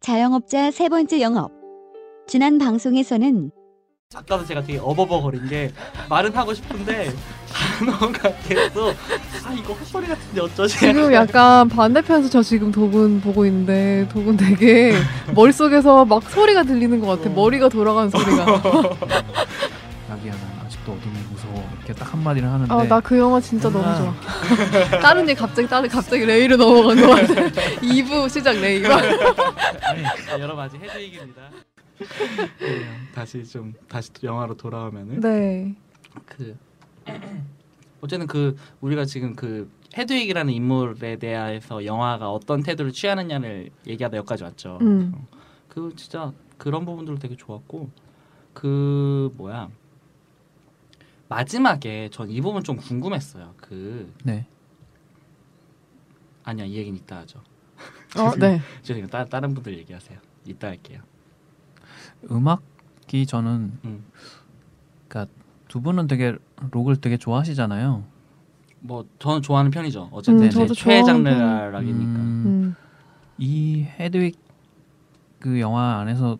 자영업자 세 번째 영업. 지난 방송에서는 아까도 제가 되게 어버버거린 게 말은 하고 싶은데 뭔가 계속 아 이거 헛소리 같은데 어쩌지 지금 약간 반대편에서 저 지금 도군 보고 있는데 도군 되게 머릿속에서 막 소리가 들리는 것 같아. 어. 머리가 돌아가는 소리가. 자기야 난 아직도 어둠이 무서워 이렇게 딱 한마디를 하는데 아, 나 그 영화 진짜 너무 아. 좋아. 다른 일 갑자기 다른 갑자기 레이로 넘어간 것 같아. 2부 시작 레이. 네. 아, 여러분 아직 해주익입니다 네, 다시 좀 다시 또 영화로 돌아오면은 네. 그 어쨌든 그 우리가 지금 그 헤드윅이라는 인물에 대해서 영화가 어떤 태도를 취하느냐를 얘기하다 여기까지 왔죠 음. 그 진짜 그런 부분들도 되게 좋았고 그 뭐야 마지막에 전 이 부분 좀 궁금했어요 그 네 아니야 이 얘기는 이따 하죠 어, 네. 죄송해요 따, 다른 분들 얘기하세요 이따 할게요 음악이 저는 그러니까 음. 두 분은 되게 록을 되게 좋아하시잖아요 뭐 저는 좋아하는 편이죠 어쨌든 음, 제 저도 최애 좋아하는 장르라기니까 음. 이 헤드윅 그 영화 안에서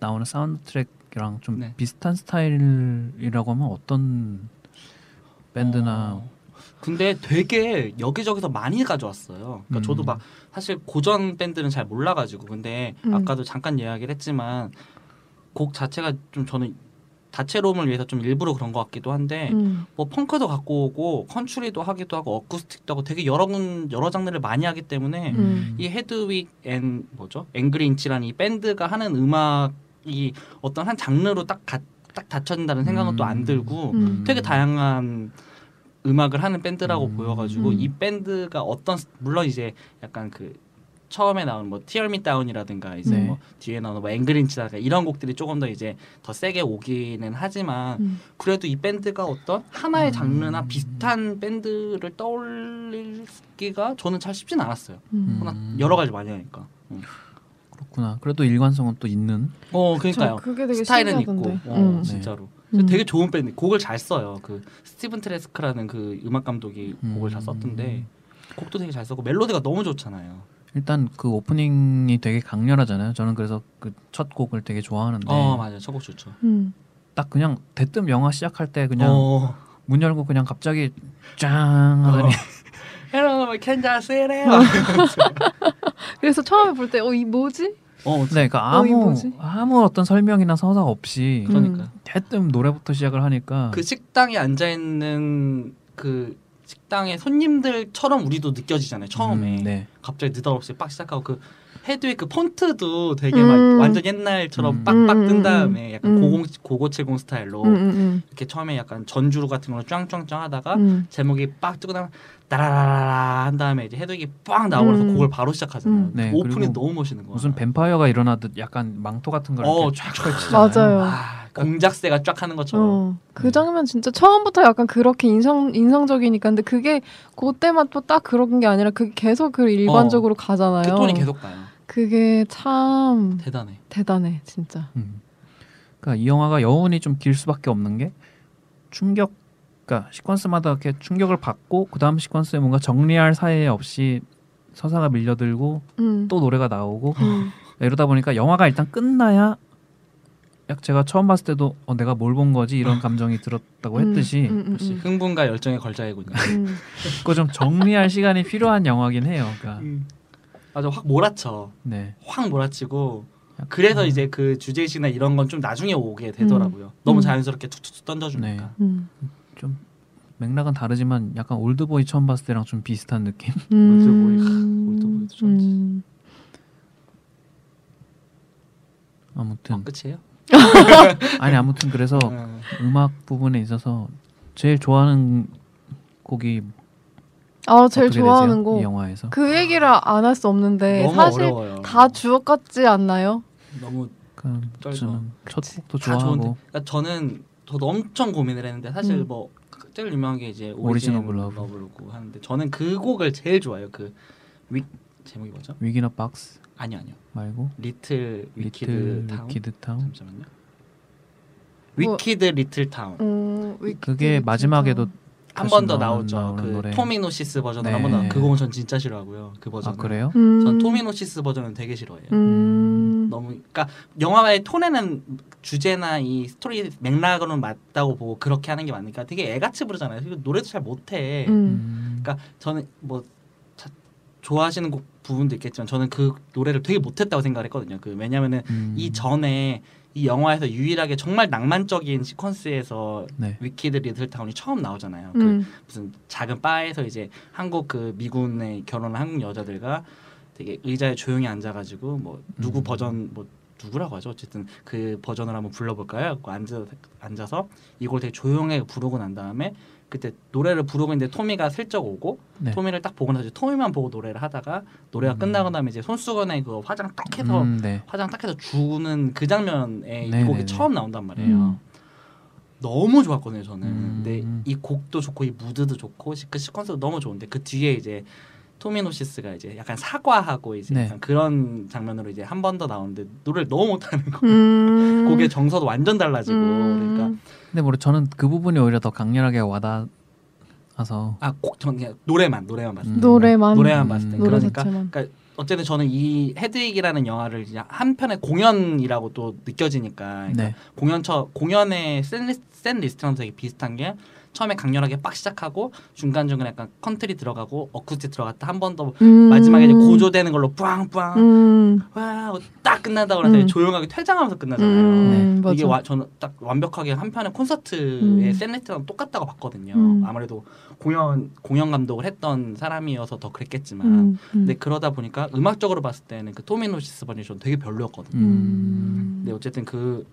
나오는 사운드 트랙이랑 좀 네. 비슷한 스타일이라고 하면 어떤 밴드나 어. 근데 되게 여기저기서 많이 가져왔어요. 그러니까 음. 저도 막 사실 고전 밴드는 잘 몰라가지고 근데 음. 아까도 잠깐 이야기를 했지만 곡 자체가 좀 저는 다채로움을 위해서 좀 일부러 그런 것 같기도 한데 음. 뭐 펑크도 갖고 오고 컨츄리도 하기도 하고 어쿠스틱도 하고 되게 여러 군 여러 장르를 많이 하기 때문에 음. 이 헤드윅 앤 뭐죠 앵그린치라는 이 밴드가 하는 음악이 어떤 한 장르로 딱딱 닫혀진다는 생각은 또 안 음. 들고 음. 되게 다양한 음악을 하는 밴드라고 음. 보여가지고 음. 이 밴드가 어떤 스- 물론 이제 약간 그 처음에 나온 뭐 Tear Me Down이라든가 이제 네. 뭐 뒤에 나오는 뭐 앵그린치라든가 이런 곡들이 조금 더 이제 더 세게 오기는 하지만 음. 그래도 이 밴드가 어떤 하나의 음. 장르나 비슷한 밴드를 떠올리기가 저는 잘 쉽진 않았어요. 음. 워낙 음. 여러 가지 많이 하니까. 그렇구나 그래도 일관성은 또 있는 어 저 그러니까요. 그게 되게 스타일은 신기하던데. 있고 어, 음. 진짜로 음. 되게 좋은 밴드 곡을 잘 써요 그 스티븐 트레스크라는 그 음악 감독이 곡을 다 음. 썼던데 곡도 되게 잘 썼고 멜로디가 너무 좋잖아요 일단 그 오프닝이 되게 강렬하잖아요 저는 그래서 그 첫 곡을 되게 좋아하는데 어 맞아요 첫곡 좋죠 음. 딱 그냥 대뜸 영화 시작할 때 그냥 어. 문 열고 그냥 갑자기 짱 하더니 Hello 캔자스 음. 그래서 처음에 볼 때 어 이 뭐지? 어 네, 그러니까 어, 이 아무 뭐지? 아무 어떤 설명이나 서사 없이 음. 그러니까 대뜸 노래부터 시작을 하니까 그 식당에 앉아 있는 그 식당의 손님들처럼 우리도 느껴지잖아요 처음에 음, 네. 갑자기 느닷없이 빡 시작하고 그 헤드의 그 폰트도 되게 음. 막 완전 옛날처럼 음. 빡빡 음, 음, 뜬 다음에 약간 음. 90, 9070 스타일로 음, 음, 이렇게 처음에 약간 전주로 같은 걸로 쫑쫑쫑 하다가 음. 음. 제목이 빡 뜨고 나면 따라라라라 한 다음에 이제 헤드윅이 빡 나오고 나서 음. 곡을 바로 시작하잖아요. 음. 네, 오프닝 그리고 너무 멋있는 거야. 무슨 뱀파이어가 일어나듯 약간 망토 같은 걸 어, 이렇게 쫙 펼치잖아요. 맞아요. 아, 공작새가 쫙 하는 것처럼. 어, 그 장면 진짜 처음부터 약간 그렇게 인상 인상적이니까 근데 그게 그때만 또 딱 그런 게 아니라 그게 계속 그 일관적으로 가잖아요. 음, 그 톤이 계속 가요. 그게 참 대단해. 대단해 진짜. 음. 그러니까 이 영화가 여운이 좀 길 수밖에 없는 게 충격 그러니까 시퀀스마다 이렇게 충격을 받고 그다음 시퀀스에 뭔가 정리할 사이 없이 서사가 밀려들고 음. 또 노래가 나오고 음. 네, 이러다 보니까 영화가 일단 끝나야 약 제가 처음 봤을 때도 어, 내가 뭘 본 거지 이런 감정이 들었다고 뭐 했듯이 아. 음, 음, 역시 음, 흥분과 열정의 걸자이군요. 음. 그거 좀 정리할 시간이 필요한 영화긴 해요. 그러니까 음. 맞아, 확 몰아쳐. 네. 확 몰아치고. 그래서 이제 그 주제의식이나 이런 건 좀 나중에 오게 되더라고요. 음. 너무 자연스럽게 툭툭툭 던져주니까. 네. 음. 좀 맥락은 다르지만 약간 올드보이 처음 봤을 때랑 좀 비슷한 느낌. 올드보이, 하, 음. 올드보이도 좋았지. 음. 아무튼 어, 끝이에요? 아니 아무튼 그래서 음. 음악 부분에 있어서 제일 좋아하는 곡이 아 제일 어떻게 좋아하는 되세요? 이 곡. 영화에서 그 얘기를 안 할 수 없는데 너무 네, 사실 어려워요. 다 주옥 같지 않나요? 너무 그럼 쩔죠. 저는 첫 그치. 곡도 다 좋은데 좋아하고 그러니까 저는 저도 엄청 고민을 했는데 사실 음. 뭐 제일 유명한 게 이제 오리진 오리진 오브 오브 러브. 러브라고 하는데 저는 그 곡을 제일 좋아해요. 그 윅 제목이 뭐죠? 위기너 박스 아니요 아니요. 말고 리틀 위키드 리틀 타운. 위키드 타운. 잠시만요. 뭐- 위키드 리틀 타운 음, 위키- 그게 마지막에도 한 번 더 나오는- 나오죠. 나오는 그 노래. 토미노시스 버전을 네. 한번 나그 곡은 전 진짜 싫어하고요. 그 버전. 아 그래요? 음. 전 토미노시스 버전은 되게 싫어해요. 음. 너무 그러니까 영화의 톤에는 주제나 이 스토리 맥락으로는 맞다고 보고 그렇게 하는 게 맞으니까 되게 애같이 부르잖아요. 그리고 노래도 잘 못해. 음. 음. 그러니까 저는 뭐 자- 좋아하시는 곡 부분도 있겠지만 저는 그 노래를 되게 못했다고 생각했거든요. 그 왜냐면은 음. 이 전에 이 영화에서 유일하게 정말 낭만적인 시퀀스에서 네. 위키드 리틀타운이 처음 나오잖아요. 그 음. 무슨 작은 바에서 이제 한국 그 미군에 결혼한 한국 여자들과 되게 의자에 조용히 앉아가지고 뭐 누구 음. 버전 뭐 누구라고 하죠 어쨌든 그 버전을 한번 불러볼까요? 하고 앉아 앉아서 이걸 되게 조용하게 부르고 난 다음에 그때 노래를 부르고 있는데 토미가 슬쩍 오고 네. 토미를 딱 보고 나서 이제 토미만 보고 노래를 하다가 노래가 음. 끝나고 나면 이제 손수건에 그 화장 딱 해서 음, 네. 화장 딱 해서 주는 그 장면에 이 네네네. 곡이 처음 나온단 말이에요. 음. 너무 좋았거든요 저는. 음. 근데 이 곡도 좋고 이 무드도 좋고 시- 그 시퀀스도 너무 좋은데 그 뒤에 이제 토미노시스가 이제 약간 사과하고 이제 네. 약간 그런 장면으로 이제 한 번 더 나오는데 노래를 너무 못하는 거. 음. 곡의 정서도 완전 달라지고 음. 그러니까 근데 모르 저는 그 부분이 오히려 더 강렬하게 와닿아서 아곡전 그냥 노래만 노래만 봤을 때 음. 노래만 노래만 봤을 때 음. 노래 그러니까 자체만. 어쨌든 저는 이 헤드윅이라는 영화를 그냥 한 편의 공연이라고 또 느껴지니까 그러니까 네. 공연처 공연의 센, 리스- 센 리스트랑 되게 비슷한 게 처음에 강렬하게 빡 시작하고 중간 중간 약간 컨트리 들어가고 어쿠스틱 들어갔다 한 번 더 음. 마지막에 이제 고조되는 걸로 뿌앙뿌앙 음. 와딱 끝난다고 그래서 음. 조용하게 퇴장하면서 끝나잖아요. 네. 음. 이게 맞아. 와, 저는 딱 완벽하게 한 편의 콘서트의 음. 센 리스트랑 똑같다고 봤거든요. 음. 아무래도 공연 공연 감독을 했던 사람이어서 더 그랬겠지만. 음. 음. 근데 그러다 보니까 음악적으로 봤을 때는 그 토미노시스 버전이 되게 별로였거든요. 음. 근데 어쨌든 그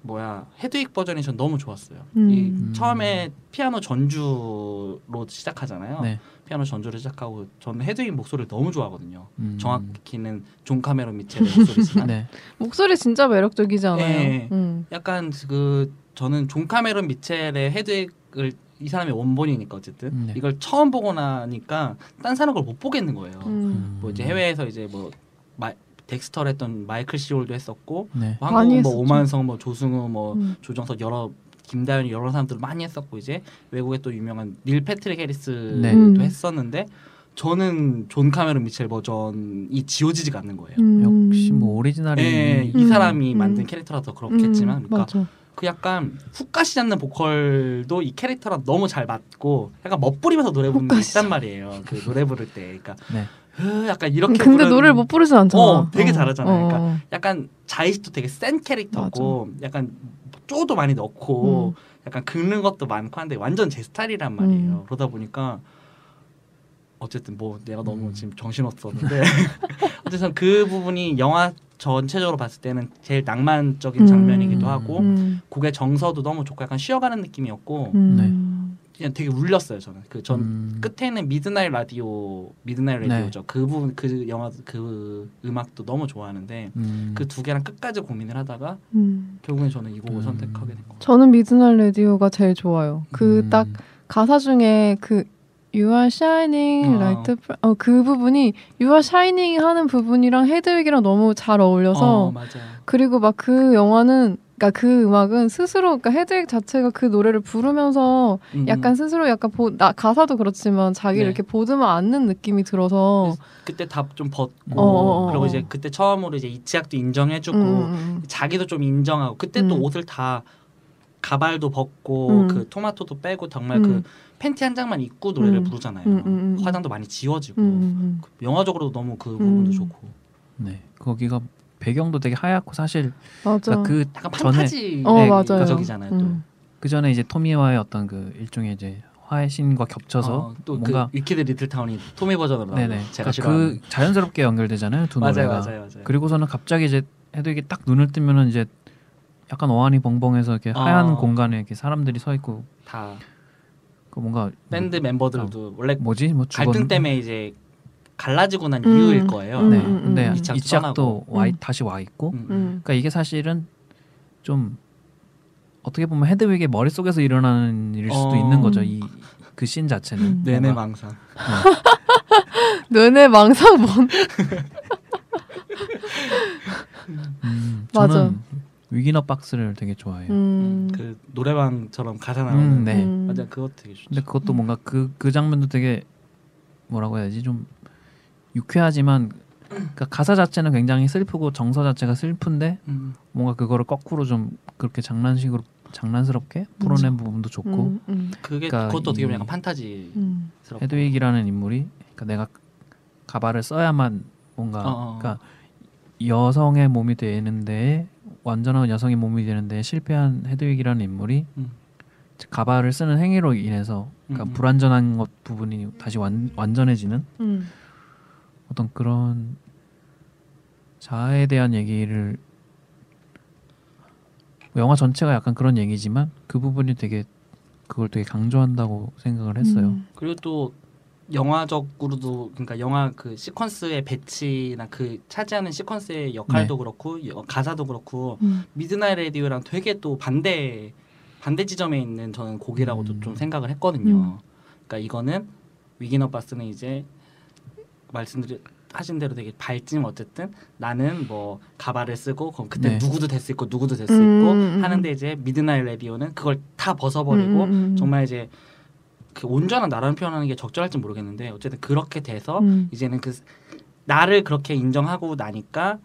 뭐야 헤드윅 버전이 전 너무 좋았어요. 음. 이 처음에 피아노 전주로 시작하잖아요. 네. 피아노 전주를 시작하고 저는 헤드윅 목소리를 너무 좋아하거든요. 음. 정확히는 존 카메론 미첼의 목소리지만 네. 목소리 진짜 매력적이지 않아요? 예. 음. 약간 그 저는 존 카메론 미첼의 헤드윅을 이 사람의 원본이니까 어쨌든 네. 이걸 처음 보고 나니까 딴 사람 걸 못 보겠는 거예요. 음. 뭐 이제 해외에서 이제 뭐 마, 덱스터를 했던 마이클 시올도 했었고 네. 뭐 많이 한국은 뭐 했었죠. 오만성 뭐 조승우 뭐 음. 조정석 여러 김다현 여러 사람들 많이 했었고 이제 외국의 또 유명한 닐 패트릭 해리스도 네. 음. 했었는데 저는 존 카메론 미첼 버전이 지워지지가 않는 거예요. 음. 역시 뭐 오리지널이 예, 음. 이 사람이 음. 만든 캐릭터라서 그렇겠지만 음. 그러니까 맞아. 그 약간 훅 가시 않는 보컬도 이 캐릭터랑 너무 잘 맞고 약간 멋부리면서 노래 부르는 게 훅 가시죠. 있단 말이에요. 그 노래 부를 때 그러니까 네. 흐, 약간 이렇게 근데 부르는- 노래를 못 부르진 않잖아. 어, 되게 잘하잖아. 그러니까 어. 약간 자이스도 되게 센 캐릭터고 약간 쪼도 많이 넣고 음. 약간 긁는 것도 많고 한데 완전 제 스타일이란 말이에요. 음. 그러다 보니까 어쨌든 뭐 내가 음. 너무 지금 정신없었는데 어쨌든 그 부분이 영화 전체적으로 봤을 때는 제일 낭만적인 음. 장면이기도 하고 음. 곡의 정서도 너무 좋고 약간 쉬어가는 느낌이었고 음. 그냥 되게 울렸어요 저는 그전 음. 끝에 있는 미드나잇 라디오 미드나잇 네. 라디오죠 그 부분 그 영화 그 음악도 너무 좋아하는데 음. 그 두 개랑 끝까지 고민을 하다가 음. 결국엔 저는 이 곡을 음. 선택하게 된 거예요. 저는 미드날 레디오가 제일 좋아요. 그 음. 딱 가사 중에 그 You are shining 아. like the fr- 어, 그 부분이 You are shining 하는 부분이랑 헤드윅이랑 너무 잘 어울려서 어, 맞아요. 그리고 막 그 영화는 그러니까 그 음악은 스스로 그러니까 헤드윅 자체가 그 노래를 부르면서 음, 약간 스스로 약간 보, 나, 가사도 그렇지만 자기를 네. 이렇게 보듬어 안는 느낌이 들어서 그때 답 좀 벗고 어, 어, 어. 그리고 이제 그때 처음으로 이제 이치약도 인정해주고 음, 자기도 좀 인정하고 그때 또 음. 옷을 다 가발도 벗고 음. 그 토마토도 빼고 정말 음. 그 팬티 한 장만 입고 노래를 음. 부르잖아요. 음, 음, 음. 화장도 많이 지워지고 음, 음, 그 영화적으로도 너무 그 부분도 음. 좋고 네. 거기가 배경도 되게 하얗고 사실 음. 맞아. 그러니까 그 약간 전에- 판타지 어, 네, 맞아요. 가족이잖아요. 음. 그 전에 이제 토미와의 어떤 그 일종의 이제 화해 신과 또 겹쳐서 어, 또그 뭔가 위키드 리틀타운이 토미 버전으로 나오고 네네 제가 그러니까 싫어하는 그 자연스럽게 연결되잖아요 두 맞아요, 노래가 맞아요, 네. 맞아요. 그리고서는 갑자기 이제 해독이 딱 눈을 뜨면은 이제 약간 어안이 벙벙해서 이렇게 하얀 어. 공간에 이렇게 사람들이 서 있고 다 그 뭔가 밴드 멤버들도 원래 뭐, 뭐지 뭐 죽었... 갈등 때문에 이제 갈라지고 난 음. 이유일 거예요. 음, 네 음, 음, 근데 음. 이착도 이착도 떠나고. 와 있- 음. 다시 와 있고 음, 음. 음. 그러니까 이게 사실은 좀 어떻게 보면 헤드윅의 머릿속에서 일어나는 일일 수도 어. 있는 거죠 음. 이 그 씬 자체는 음. 내내 뭔가- 네. 망상. 너네 망상 뭐 뭔? 음, 맞아. 저는 위기너 박스를 되게 좋아해요 음. 그 노래방처럼 가사 나오는. 음, 네 음. 맞아, 그것도 되게 좋죠. 근데 그것도 뭔가 그 그 장면도 되게 뭐라고 해야지 좀 유쾌하지만 그러니까 가사 자체는 굉장히 슬프고 정서 자체가 슬픈데 음. 뭔가 그거를 거꾸로 좀 그렇게 장난식으로 장난스럽게 풀어낸 부분도 좋고 음, 음, 그게 그러니까 그것도 어떻게 보면 이- 약간 판타지스럽고 음. 헤드윅이라는 인물이 그러니까 내가 가발을 써야만 뭔가 어, 어. 그러니까 여성의 몸이 되는데 완전한 여성의 몸이 되는데 실패한 헤드윅이라는 인물이 음. 가발을 쓰는 행위로 인해서 그러니까 음, 음. 불완전한 것 부분이 다시 완, 완전해지는 음. 어떤 그런 자아에 대한 얘기를 영화 전체가 약간 그런 얘기지만 그 부분이 되게 그걸 되게 강조한다고 생각을 했어요. 음. 그리고 또 영화적으로도 그러니까 영화 그 시퀀스의 배치나 그 차지하는 시퀀스의 역할도 네. 그렇고 여- 가사도 그렇고 음. 미드나잇 레디오랑 되게 또 반대 반대 지점에 있는 저는 곡이라고도 음. 좀 생각을 했거든요. 음. 그러니까 이거는 위기너 바스는 이제 말씀드린 하신 대로 되게 밝지만 어쨌든 나는 뭐 가발을 쓰고 그럼 그때 네. 누구도 될 수 있고 누구도 될 수 음, 있고 음, 음. 하는데 이제 미드나잇 레디오는 그걸 다 음, 벗어버리고 음, 음. 정말 이제 그 온전한 나라는 표현하는 게 적절할지 모르겠는데 어쨌든 그렇게 돼서 음. 이제는 그 나를 그렇게 인정하고 나니까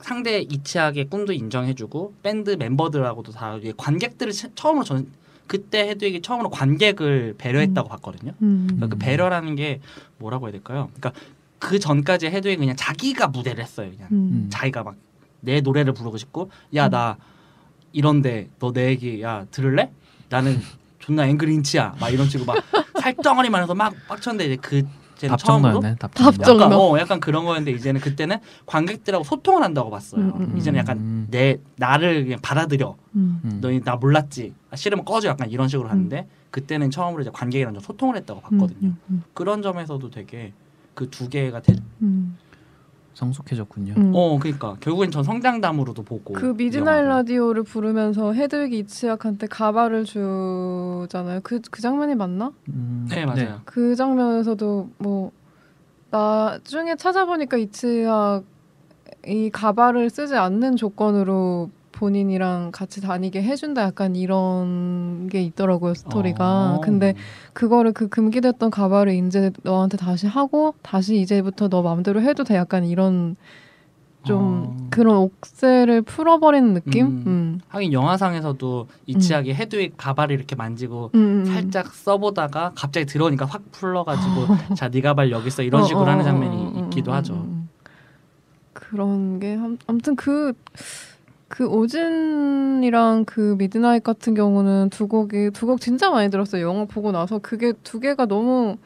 상대 이치하게 꿈도 인정해주고 밴드 멤버들하고도 다 이게 관객들을 처- 처음으로 전 그때 해도이게 처음으로 관객을 배려했다고 봤거든요. 음. 그러니까 그 음. 배려라는 게 뭐라고 해야 될까요? 그러니까 그 전까지 해도이 그냥 자기가 무대를 했어요. 그냥 음. 자기가 막 내 노래를 부르고 싶고 음. 야 나 이런데 너 내 얘기 야 들을래? 나는 존나 앵그린치야 막 이런 식으로 막 살덩어리만 해서 막 빡쳤는데 이제 그 쟤는 처음으로 답정너였네. 답정너. 약간 어 약간 그런 거였는데 이제는 그때는 관객들하고 소통을 한다고 봤어요. 음, 음, 이제는 약간 내 나를 그냥 받아들여 음. 음. 너희 나 몰랐지 아, 싫으면 꺼져 약간 이런 식으로 하는데 그때는 처음으로 이제 관객이랑 좀 소통을 했다고 봤거든요. 음, 음, 그런 점에서도 되게 그 두 개가 되, 음. 성숙해졌군요. 음. 어 그러니까 결국엔 전 성장담으로도 보고 그 이 미드나잇 영화를. 라디오를 부르면서 헤드윅 이치약한테 가발을 주잖아요. 그 그 장면이 맞나? 음, 네 맞아요. 그 장면에서도 뭐 나중에 찾아보니까 이치약 이 가발을 쓰지 않는 조건으로 본인이랑 같이 다니게 해준다 약간 이런 게 있더라고요 스토리가 어. 근데 그거를 그 금기됐던 가발을 이제 너한테 다시 하고 다시 이제부터 너 마음대로 해도 돼 약간 이런 좀 어. 그런 옥새를 풀어버리는 느낌 음. 음. 하긴 영화상에서도 이치하게 헤드윅 가발을 이렇게 만지고 음, 음. 살짝 써보다가 갑자기 들어오니까 확 풀러가지고 자 네 가발 여기 있어 이런 아. 어, 식으로 어, 하는 어, 장면이 어, 어, 있기도 어, 어, 하죠. 어. 그런 게 함- 아무튼 그. 그 오진이랑 그 미드나잇 같은 경우는 두 곡이 두 곡 진짜 많이 들었어요. 영화 보고 나서 그게 두 개가 너무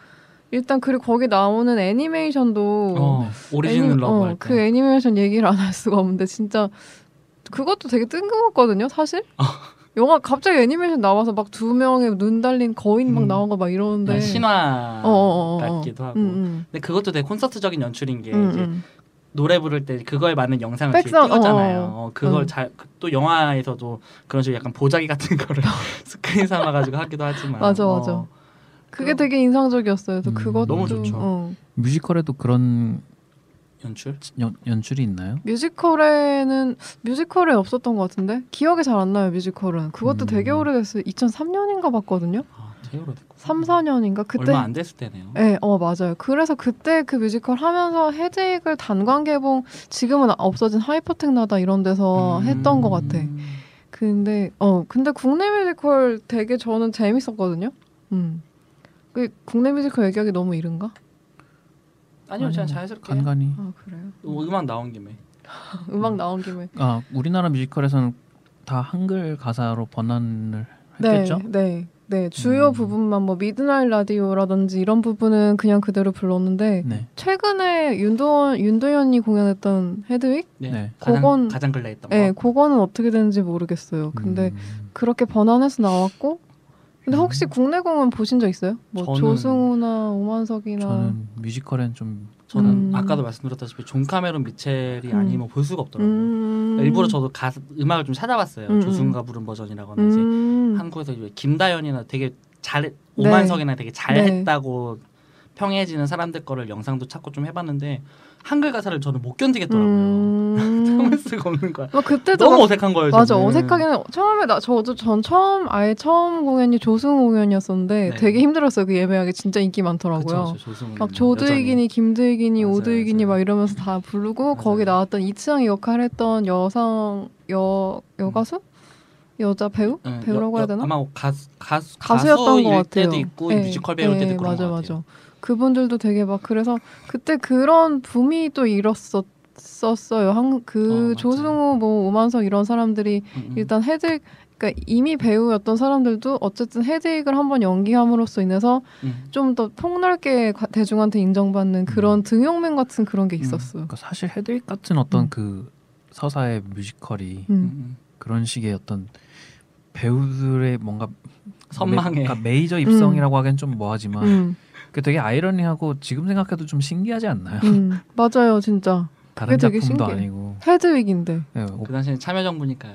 일단 그리고 거기 나오는 애니메이션도 어, 오리지널 애니- 러브 어, 할 때. 그 애니메이션 얘기를 안 할 수가 없는데 진짜 그것도 되게 뜬금없거든요 사실 아. 영화 갑자기 애니메이션 나와서 막 두 명의 눈 달린 거인 막 음. 나오고 막 이러는데 약간 신화 네. 어, 어, 어, 어. 같기도 하고. 음, 근데 그것도 되게 콘서트적인 연출인 게 음, 음, 이제 음. 노래 부를 때 그거에 맞는 영상을 백성, 뒤에 띄우잖아요. 어, 어, 어, 그걸 음. 잘 또 영화에서도 그런 식으로 약간 보자기 같은 거를 스크린 삼아가지고 하기도 하지만. 맞아, 어, 맞아. 그게 그럼- 되게 인상적이었어요. 그래서 음, 그것도 너무 좋죠. 어. 뮤지컬에도 그런 연출. 연, 연출이 네. 있나요? 뮤지컬에는 뮤지컬에 없었던 것 같은데 기억이 잘 안 나요. 뮤지컬은 그것도 음. 되게 오래됐어요. 2003년인가 봤거든요. 아, 되게 오래됐고. 3, 4년인가 그때 얼마 안 됐을 때네요. 네, 어 맞아요. 그래서 그때 그 뮤지컬 하면서 헤드윅을 단관 개봉 지금은 없어진 하이퍼텍나다 이런 데서 음. 어, 했던 것 같아. 근데 어 근데 국내 뮤지컬 되게 저는 재밌었거든요. 음. 그 국내 뮤지컬 얘기하기 너무 이른가? 아니요, 그냥 아니요. 자연스럽게. 간간히 아 그래요. 어, 음악 나온 김에. 음악 나온 김에. 아 우리나라 뮤지컬에서는 다 한글 가사로 번안을 네, 했겠죠? 네, 네. 주요 음. 부분만 뭐 미드나잇 라디오라든지 이런 부분은 그냥 그대로 불렀는데 네. 최근에 윤도현 윤도현이 공연했던 헤드윅? 네. 네. 가장 그건- 가장 근래 했던 거. 네, 그거는 어떻게 되는지 모르겠어요. 근데 음, 그렇게 번안해서 나왔고 근데 혹시 음. 국내 공연 보신 적 있어요? 뭐 저는- 조승우나 오만석이나 저는 뮤지컬엔 좀 저는 음. 아까도 말씀드렸다시피 존 카메론 미첼이 음. 아니면 뭐 볼 수가 없더라고요. 음... 일부러 저도 가, 음악을 좀 찾아봤어요. 음, 조승우가 부른 버전이라거나 이제 음... 한국에서 이제 김다연이나 되게 잘 네. 오만석이나 되게 네. 잘했다고 평해지는 사람들 거를 영상도 찾고 좀 해봤는데 한글 가사를 저는 못 견디겠더라고요. 음... 참을 수가 없는 거야. 막 그때도 너무 막- 어색한 거예요. 맞아 저는. 어색하기는 처음에 나 저도 전 처음 아예 처음 공연이 조승우 공연이었었는데 네. 되게 힘들었어요 그 예매하기 진짜 인기 많더라고요. 그쵸, 저 조승우는 막 조드이기니 김드이기니 맞아요, 오드이기니 맞아요. 막 이러면서 다 부르고 맞아요. 거기 나왔던 이치양이 역할했던 여성 여 여가수 여자 배우 여전히. 네, 배우라고 여- 해야 되나? 여- 아마 가수 가수 가수였던 것 가수일 같아요. 때도 있고 네, 뮤지컬 배우 네, 때도 있고 그런 맞아 것 맞아. 같아요. 그분들도 되게 막 그래서 그때 그런 붐이 또 일었었어요. 한 어, 그 맞아요. 조승우 뭐 오만석 이런 사람들이 음, 음. 일단 헤드 그러니까 이미 배우였던 사람들도 어쨌든 헤드익을 한번 연기함으로써 인해서 음. 좀 더 폭넓게 가- 대중한테 인정받는 그런 등용맨 같은 그런 게 음. 있었어요. 그러니까 사실 헤드윅 같은 어떤 음. 그 서사의 뮤지컬이 음, 음. 음. 그런 식의 어떤 배우들의 뭔가 선망의. 메, 그러니까 메이저 입성이라고 하기엔 좀 아. 뭐하지만 음. 그게 되게 아이러니하고 지금 생각해도 좀 신기하지 않나요? 음. 맞아요, 진짜 다른 되게 작품도 신기해. 아니고 헤드윅인데. 네, 어, 그 당시에는 참여정부니까요.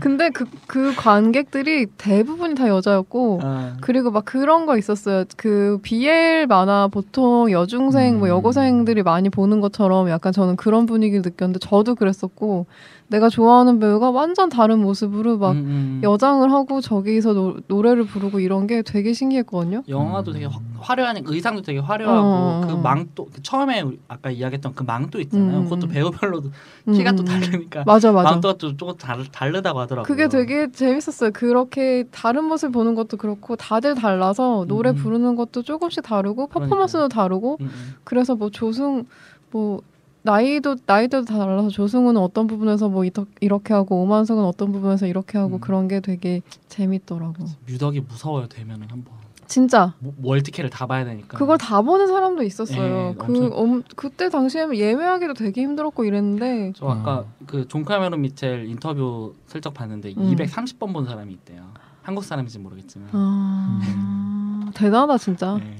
근데 그 그 관객들이 대부분이 다 여자였고 아, 그리고 막 그런 거 있었어요. 그 BL 만화 보통 여중생 뭐 음. 여고생들이 많이 보는 것처럼 약간 저는 그런 분위기를 느꼈는데 저도 그랬었고 내가 좋아하는 배우가 완전 다른 모습으로 막 음, 음. 여장을 하고 저기서 노, 노래를 부르고 이런 게 되게 신기했거든요. 영화도 음. 되게 화, 화려한 의상도 되게 화려하고 어, 어, 어. 그 망토 그 처음에 우리 아까 이야기했던 그 망토 있잖아요. 음. 그것도 배우별로 음, 키가 또 음. 다르니까 맞아 맞아. 망토가 또 조금 다르, 다르다고 하더라고요. 그게 되게 재밌었어요. 그렇게 다른 모습 보는 것도 그렇고 다들 달라서 노래 음. 부르는 것도 조금씩 다르고 퍼포먼스도 다르고 음, 음. 그래서 뭐 조승 뭐 나이도 나이도 다 달라서 조승우는 어떤 부분에서 뭐 이터, 이렇게 하고 오만석은 어떤 부분에서 이렇게 하고 음. 그런 게 되게 재밌더라고. 유덕이 무서워요 되면은 한번 진짜 뭐- 월드캐를 다 봐야 되니까. 그걸 다 보는 사람도 있었어요. 그러니까. 예, 그 엄청- 엄, 그때 당시에는 예매하기도 되게 힘들었고 이랬는데 저 아까 그 존 카메론 미첼 인터뷰 슬쩍 봤는데 음. 230번 본 사람이 있대요. 한국 사람인지 모르겠지만 아 음. 대단하다 진짜. 네.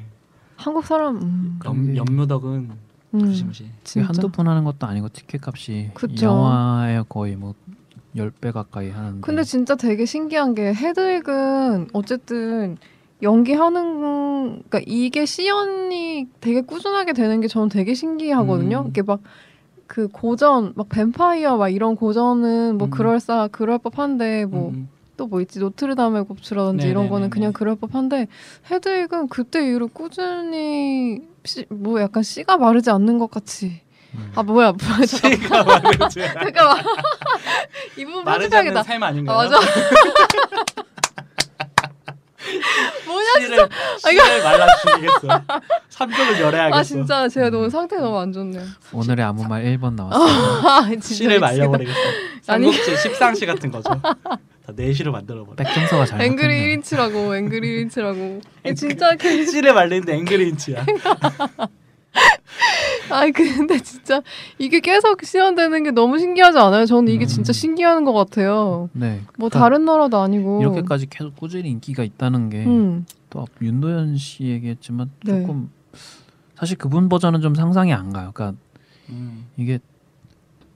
한국 사람 음, 염, 염료덕은 아. 음, 무시무시. 지금 진짜. 한두 푼 하는 것도 아니고 티켓 값이 그쵸. 영화에 거의 뭐 10배 가까이 하는데 네. 근데 진짜 되게 신기한 게 헤드윅은 어쨌든 연기하는 그러니까 이게 시연이 되게 꾸준하게 되는 게 저는 되게 신기하거든요. 음. 이게 막 그 고전 막 뱀파이어 막 이런 고전은 뭐 음. 그럴싸 그럴 법한데 뭐 또 뭐 음, 있지 노트르담의 곱추라든지 이런 거는 네네네네. 그냥 그럴 법한데 헤드윅은 그때 이후로 꾸준히 씨, 뭐 약간 씨가 마르지 않는 것 같이 음. 아 뭐야 뭐야 잠깐만. 제가 말했지. 잠깐만 이 부분 마르지 편집해야겠다 않는 삶 아, 아닌가요? 맞아. 뭐냐? 씨를 씨를 말라 죽이겠어. 삼족을 열어야겠어. 아 진짜 제가 너무 상태 너무 안 좋네요. 오늘의 아무 말 1번 나왔어요. 아 진짜 씨를 미치겠다. 말려버리겠어. 아니. 삼국지 십상시 같은 거죠. 다네 내시로 만들어버려. 백정서가 잘 아. 앵그리 먹혔네요. 1인치라고 앵그리 1인치라고. 진짜 그, 씨를 말리는데 앵그린치야. 아 근데 진짜 이게 계속 시연되는 게 너무 신기하지 않아요? 저는 이게 음. 진짜 신기한 것 같아요. 네. 뭐 그러니까 다른 나라도 아니고. 이렇게까지 계속 꾸준히 인기가 있다는 게 또 음. 윤도현 씨 얘기했지만 네. 조금 사실 그분 버전은 좀 상상이 안 가요. 그러니까 음. 이게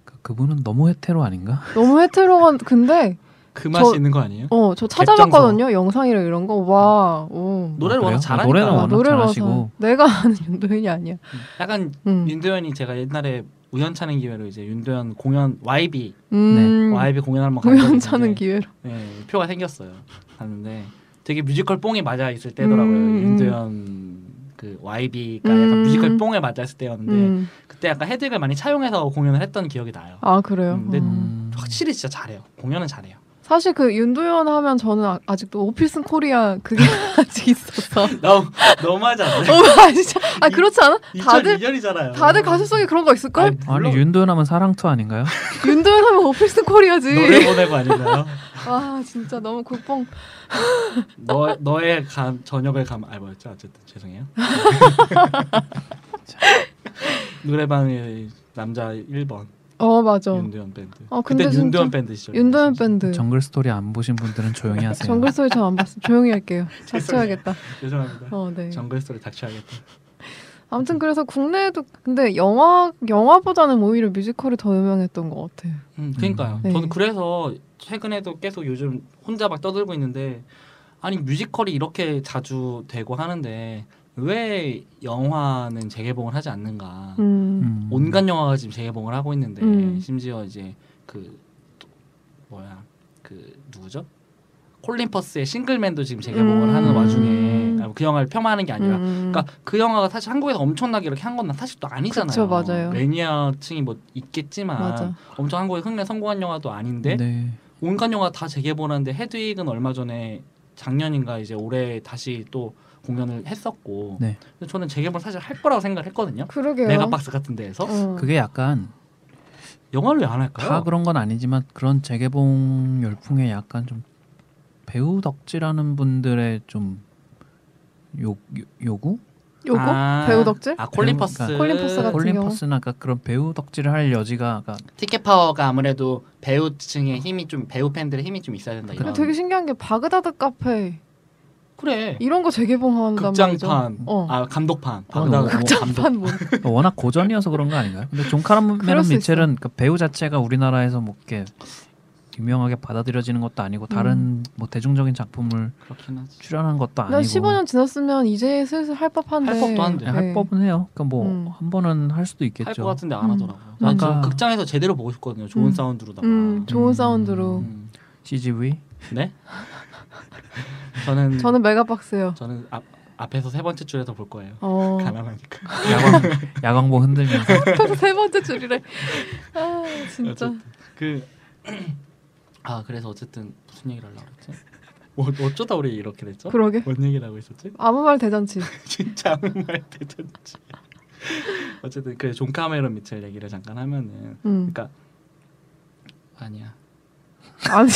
그러니까 그분은 너무 헤테로 아닌가? 너무 헤테로한 근데 그 맛이 저- 있는 거 아니에요? 어 저 찾아봤거든요 영상이랑 이런 거. 와. 오. 노래를 아, 그래요? 워낙 아, 잘하니까. 노래는 워낙 노래를 와서 잘하시고. 내가 아는 윤도현이 아니야. 약간 음. 윤도현이 제가 옛날에 우연찮은 기회로 이제 윤도현 공연 YB 음. YB 공연 한번 간 적이 우연찮은 있는데, 기회로. 네, 표가 생겼어요. 갔는데 되게 뮤지컬 뽕에 맞아 있을 때더라고요. 음, 음. 윤도현 그 YB가 음. 약간 뮤지컬 뽕에 맞아 있을 때였는데 음. 그때 약간 헤드를 많이 차용해서 공연을 했던 기억이 나요. 아 그래요. 음, 근데- 음. 음. 확실히 진짜 잘해요. 공연은 잘해요. 사실 그 윤도현 하면 저는 아, 아직도 오피슨 코리아 그게 아직 있어서. 너무 너무하지 않나요? 어, 진짜. 아 그렇지 않아? 다들 2002년이잖아요. 다들 가슴속에 그런 거 있을 걸? 아니 윤도현 하면 사랑투 아닌가요? 윤도현 하면 오피슨 노래 코리아지. 보내고 아닌가요? 아 진짜 너무 국뽕. 너 너의 감 저녁을 감 아, 뭐였죠? 어쨌든 죄송해요. 자, 노래방의 남자 1번 어 맞아. 윤도현 밴드. 어, 근데 그때 윤도현 진짜 밴드 시절. 윤도현 밴드. 정글 스토리 안 보신 분들은 조용히 하세요. 네. 정글 소리 전 안 봤어. 조용히 할게요. 자취하겠다. 죄송합니다. 어 네. 정글 스토리 닥쳐야겠다. 아무튼 그래서 국내에도 근데 영화 영화보다는 오히려 뮤지컬이 더 유명했던 것 같아요. 음, 그러니까요. 네. 저는 그래서 최근에도 계속 요즘 혼자 막 떠들고 있는데 아니 뮤지컬이 이렇게 자주 되고 하는데 왜 영화는 재개봉을 하지 않는가? 음. 음. 민간 영화가 지금 재개봉을 하고 있는데 음. 심지어 이제 그 또 뭐야 그 누구죠? 콜린 퍼스의 싱글맨도 지금 재개봉을 음. 하는 와중에 아, 그 영화를 폄하하는 게 아니라 음. 그러니까 그 영화가 사실 한국에서 엄청나게 이렇게 한 건 사실 또 아니잖아요. 그쵸, 맞아요. 매니아층이 뭐 있겠지만 맞아. 엄청 한국에 흥행 성공한 영화도 아닌데 네. 온갖 영화 다 재개봉하는데 헤드윅은 얼마 전에 작년인가 이제 올해 다시 또 공연을 했었고 네. 근데 저는 재개봉 사실 할 거라고 생각을 했거든요. 그러게요. 메가박스 같은 데에서 어. 그게 약간 영화를 왜 안 할까요? 다 그런 건 아니지만 그런 재개봉 열풍에 약간 좀 배우 덕질하는 분들의 좀 요, 요, 요구? 요거 아, 배우 덕질? 그러니까. 아 콜린 배우, 퍼스. 콜린 퍼스가- 같은 경우. 콜린퍼스나 그러니까 그런 배우 덕질을 할 여지가 그러니까 티켓 파워가 아무래도 배우층의 힘이 좀 배우 팬들의 힘이 좀 있어야 된다. 근데 이런. 되게 신기한 게 바그다드 카페 그래. 이런 거 재개봉한단 말이죠. 극장판, 어. 아 감독판, 어, 바그다드 감독. 극장판 뭔? 워낙 고전이어서 그런 거 아닌가요? 근데 그럴 존 카라메론 수 미첼은 그 배우 자체가 우리나라에서 뭐 이렇게 유명하게 받아들여지는 것도 아니고 다른 뭐 대중적인 작품을 그렇긴 하지. 출연한 것도 아니고 음. 난 15년 지났으면 이제 슬슬 할 법한데. 네. 할 법도 한데. 그냥 할 법은 해요. 그러니까 뭐 음. 한 번은 할 수도 할 있겠죠. 것 같은데 안 음. 하더라고요. 그렇죠. 난 지금 아까- 극장에서 제대로 보고 싶거든요. 좋은 음. 사운드로다가. 음, 좋은 음. 사운드로. 음. CGV 네? 저는 저는 메가박스요. 저는 앞 앞에서 세 번째 줄에서 볼 거예요. 어. 가난하니까. 야광 야광봉 흔들면서 그래서 세 번째 줄이래. 아 진짜. 그 아 그래서 어쨌든 무슨 얘기를 하려고 했지? 뭐 어쩌다 우리 이렇게 됐죠? 그러게. 뭔 얘기를 하고 있었지? 아무 말 대잔치. 진짜 아무 말 대잔치. 어쨌든 그래 존 카메론 미첼 얘기를 잠깐 하면은 음. 그러니까 아니야. 아니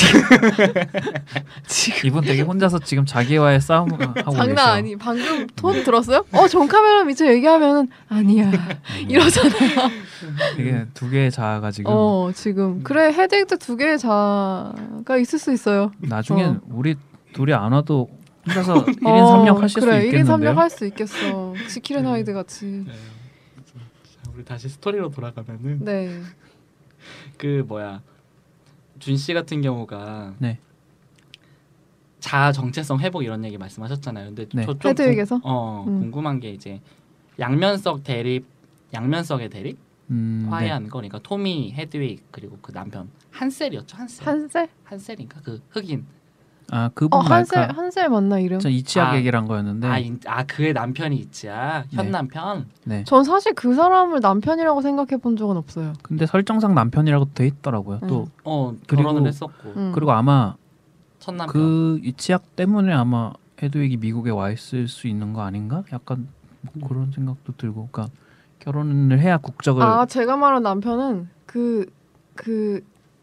이분 되게 혼자서 지금 자기와의 싸움 하고 계세요. 장난 아니. 방금 톤 들었어요? 어존 카메론 미쳐 얘기하면은 아니야 음. 이러잖아요. 되게 두 개의 자아가 지금 음. 어 지금 그래 헤딩도 두 개의 자가 있을 수 있어요. 나중엔 어. 우리 둘이 안 와도 혼자서 1인 어, 3역 하실 그래, 수 1인 3역 있겠는데요? 할수 있겠어. 지킬앤 하이드 같이. 네. 자, 우리 다시 스토리로 돌아가면은 네. 그 뭐야 준 씨 같은 경우가 네. 자아 정체성 회복 이런 얘기 말씀하셨잖아요. 근데 네. 저좀 헤드윅에서? 어 음. 궁금한 게 이제 양면석 대립 양면석의 대립 음, 네. 화해한 거니까 그러니까 토미 헤드윅 그리고 그 남편 한셀이었죠 한셀 한... 한셀? 셀인가그 흑인 아 그분 어 한셀 말까? 한셀 맞나 이름? 저 이치약 아. 얘기를 한 거였는데 아, 인, 아 그의 남편이 있지야 현 네. 남편 네. 전 사실 그 사람을 남편이라고 생각해 본 적은 없어요. 근데 설정상 남편이라고 돼 있더라고요. 또 어 그리고- 결혼을 했었고 음. 그리고 아마 첫 남편 그 이치약 때문에 아마 헤드윅이 미국에 와 있을 수 있는 거 아닌가? 약간 뭐 그런 생각도 들고, 그러니까 결혼을 해야 국적을 아 제가 말한 남편은 그 그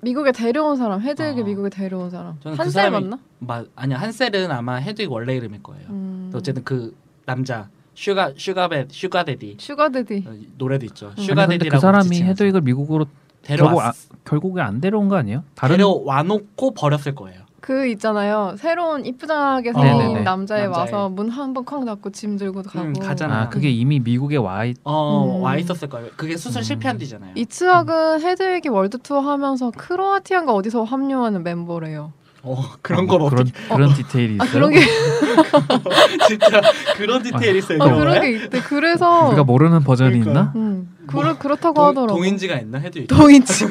미국에 데려온 사람 헤드에게 아. 미국에 데려온 사람 저는 그 한셀 사람이- 맞나? 마, 아니야 한셀은 아마 헤드윅 원래 이름일 거예요. 음. 어쨌든 그 남자 슈가 슈가벳 슈가데디 슈가데디. 어, 노래도 있죠. 음. 아니, 아니 근데 슈가데디라고 그 사람이 지칭하죠. 헤드윅을 미국으로 데려왔 결국 아- 결국에 안 데려온 거 아니에요? 다른 데려와 놓고 버렸을 거예요. 그 있잖아요 새로운 이쁘장하게 어, 생긴 네네네. 남자애 남자애. 와서 문 한 번 쾅 닫고 짐 들고 가고 음, 가잖아. 아 그게 이미 미국에 와 있. 어, 음. 와 있었을 거예요. 그게 수술 음. 실패한 뒤잖아요. 이츠학은 헤드에게 월드 투어 하면서 크로아티아인가 어디서 합류하는 멤버래요. 어, 그런 걸 어떻게 그런 그런 디테일이 아 있어요. 그런 게 진짜 그런 디테일이 있어요. 아, 그거에? 그런 게 있대. 그래서 우리가 뭐 모르는 버전이 그러니까요. 있나? 음, 그러, 그렇다고 뭐 동- 하더라고. 동인지가 있나 헤드윅. 동인지.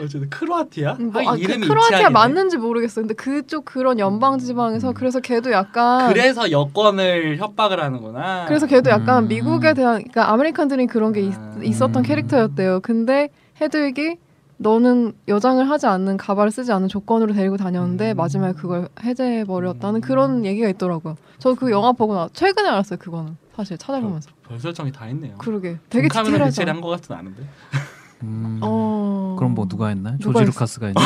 어쨌든 크로아티아? 뭐, 아, 아, 그 이름이 크로아티아 이치약이네. 맞는지 모르겠어. 근데 그쪽 그런 연방 지방에서 음. 그래서 걔도 약간 그래? 그래서 여권을 협박을 하는구나. 서 걔도 약간 음. 미국에 대한 그러니까 아메리칸들이 그런 게 있, 아. 있었던 음. 캐릭터였대요. 근데 헤드윅이 너는 여장을 하지 않는 가발을 쓰지 않는 조건으로 데리고 다녔는데 음. 마지막에 그걸 해제해 버렸다는 음. 그런 얘기가 있더라고요. 저 그 영화 보고 나 최근에 알았어요. 그거는 사실 찾아보면서 별 설정이 다 했네요. 그러게 되게 카메라 대체를 디테일하죠. 한것 같진 않은데. 음, 어... 그럼 뭐 누가 했나? 누가 조지 했어? 루카스가 했나?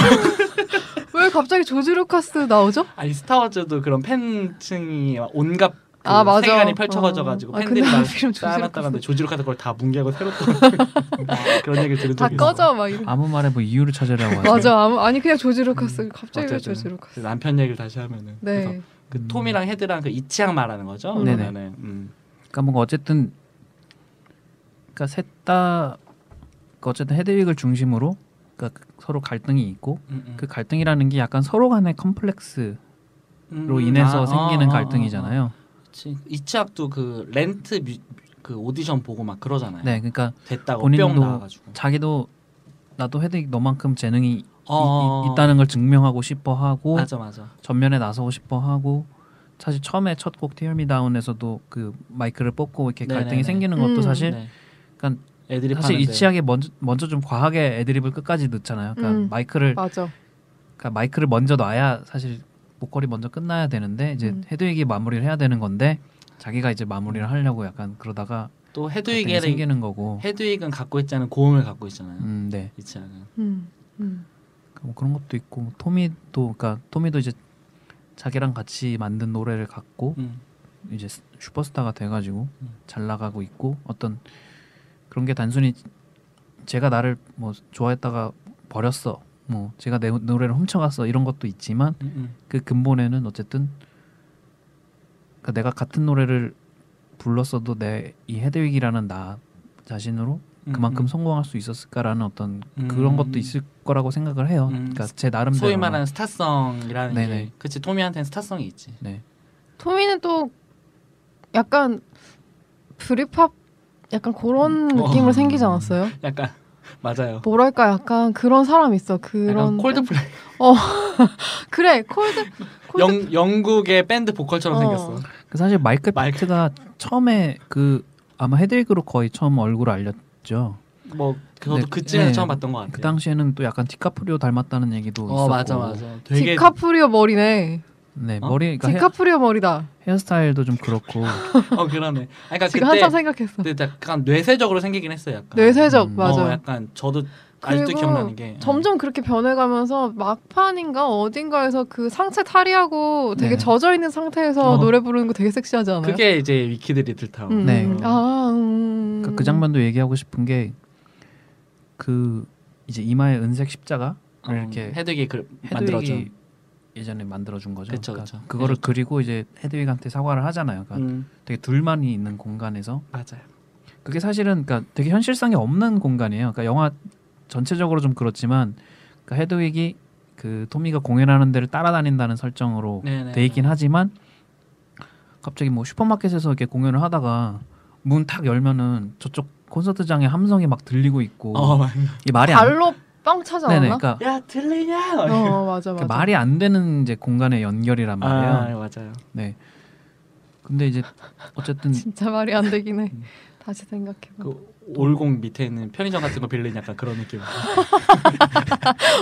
왜 갑자기 조지 루카스 나오죠? 아니 스타워즈도 그런 팬층이 막 온갖 그 아, 맞아. 세계관이 펼쳐져가지고 어. 아, 팬들이 근데 다 하필이면 조지 쌓아놨다는데 루카스. 조지 루카스 그걸 다 뭉개고 새로 또 아, 그런 얘기를 들은 다 적이 있어요. 꺼져 막 이런. 아무 음, 말에 뭐 이유를 찾으려고 하죠. 맞아. 아무, 아니 그냥 조지 루카스. 갑자기 왜 어쨌든 조지 루카스? 남편 얘기를 다시 하면은 그래서 네. 그 음. 톰이랑 헤드랑 그 이치양 말하는 거죠. 음. 네네. 그러면은 음. 그러니까 뭔가 어쨌든 그러니까 셋다 그 어쨌든 헤드윅을 중심으로 그러니까 그- 서로 갈등이 있고 음, 음. 그 갈등이라는 게 약간 서로 간의 컴플렉스로 음, 인해서 아, 생기는 아, 아, 아, 아. 갈등이잖아요. 그치. 이치학도 그 렌트 뮤, 그 오디션 보고 막 그러잖아요. 네, 그러니까 됐다고 본인도 뿅 나와가지고. 자기도 나도 헤드윅 너만큼 재능이 이- 어, 이- 있다는 걸 증명하고 싶어 하고 맞아 맞아. 전면에 나서고 싶어 하고 사실 처음에 첫 곡 Tear Me Down에서도 그 마이크를 뽑고 이렇게 네네네. 갈등이 생기는 것도 음. 사실 네. 그러니까 애들이 사실 파는데. 이치하게 먼저 먼저 좀 과하게 애드립을 끝까지 넣잖아요. 그러니까 음. 마이크를 맞아. 그러니까 마이크를 먼저 놔야 사실 목걸이 먼저 끝나야 되는데 이제 음. 헤드윅이 마무리를 해야 되는 건데 자기가 이제 마무리를 하려고 약간 그러다가 또 갈등이 헤드윅에는 생기는 거고. 헤드윅은 갖고 있잖아요. 고음을 갖고 있잖아요. 음, 네. 이치아는. 음. 음. 뭐 그런 것도 있고 토미도 그러니까 토미도 이제 자기랑 같이 만든 노래를 갖고 음. 이제 스- 슈퍼스타가 돼가지고 음. 잘 나가고 있고 어떤 그런 게 단순히 제가 나를 뭐 좋아했다가 버렸어 뭐 제가 내 노래를 훔쳐갔어 이런 것도 있지만 음, 음. 그 근본에는 어쨌든 그러니까 내가 같은 노래를 불렀어도 내 이 헤드윅이라는 나 자신으로 음, 그만큼 음. 성공할 수 있었을까라는 어떤 음. 그런 것도 있을 거라고 생각을 해요. 음. 그러니까 제 나름대로 소위 말하는 스타성이라는 네네. 게 그치 토미한테는 스타성이 있지. 네. 토미는 또 약간 브리팝 약간 그런 음. 어. 느낌으로 생기지 않았어요? 약간 맞아요. 뭐랄까 약간 그런 사람 있어. 약간 그런 콜드플레이 그래 콜드 콜드 영 영국의 밴드 보컬처럼 어. 생겼어. 그 사실 마이클 마이클. 파트가 처음에 그 아마 헤드윅으로 거의 처음 얼굴을 알렸죠. 뭐 그것도 네, 그쯤에서 네. 처음 봤던 것 같아요. 그 당시에는 또 약간 디카프리오 닮았다는 얘기도 어 있었고. 맞아 맞아. 되게 디카프리오 머리네. 네 어? 머리 그러니까 헤- 디카프리오 머리다. 헤어스타일도 좀 그렇고. 어 그러네. 아, 그러니까 지금 그때 한참 생각했어. 근데 약간 뇌세적으로 생기긴 했어요. 약간. 뇌세적 음. 맞아. 어, 약간 저도 아직도 그리고 기억나는 게 어. 점점 그렇게 변해가면서 막판인가 어딘가에서 그 상체 탈의하고 되게 네. 젖어 있는 상태에서 어. 노래 부르는 거 되게 섹시하지 않아요? 그게 이제 위키들이 들타오. 음. 네. 아, 음. 그러니까 그 장면도 얘기하고 싶은 게 그 이제 이마에 은색 십자가를 어, 이렇게 헤드기 그 헤드윅이 만들어져. 예전에 만들어준 거죠. 그쵸, 그러니까 그쵸. 그거를 그리고 이제 헤드윅한테 사과를 하잖아요. 그러니까 음, 되게 둘만이 있는 공간에서 맞아요. 그게 사실은 그러니까 되게 현실성이 없는 공간이에요. 그러니까 영화 전체적으로 좀 그렇지만 그러니까 헤드윅이 그 토미가 공연하는 데를 따라다닌다는 설정으로 네네. 돼 있긴 하지만 갑자기 뭐 슈퍼마켓에서 이렇게 공연을 하다가 문 탁 열면은 저쪽 콘서트장에 함성이 막 들리고 있고 어, 맞아. 이 말이 안 발로 빵 차지 네네 않았나? 그러니까, 야 들리냐? 어 맞아 맞아. 그러니까 말이 안 되는 이제 공간의 연결이란 말이에요. 아 맞아요. 네. 근데 이제 어쨌든 진짜 말이 안 되긴 해. 음. 다시 생각해봐. 그 올공 밑에 있는 편의점 같은 거 빌린 약간 그런 느낌.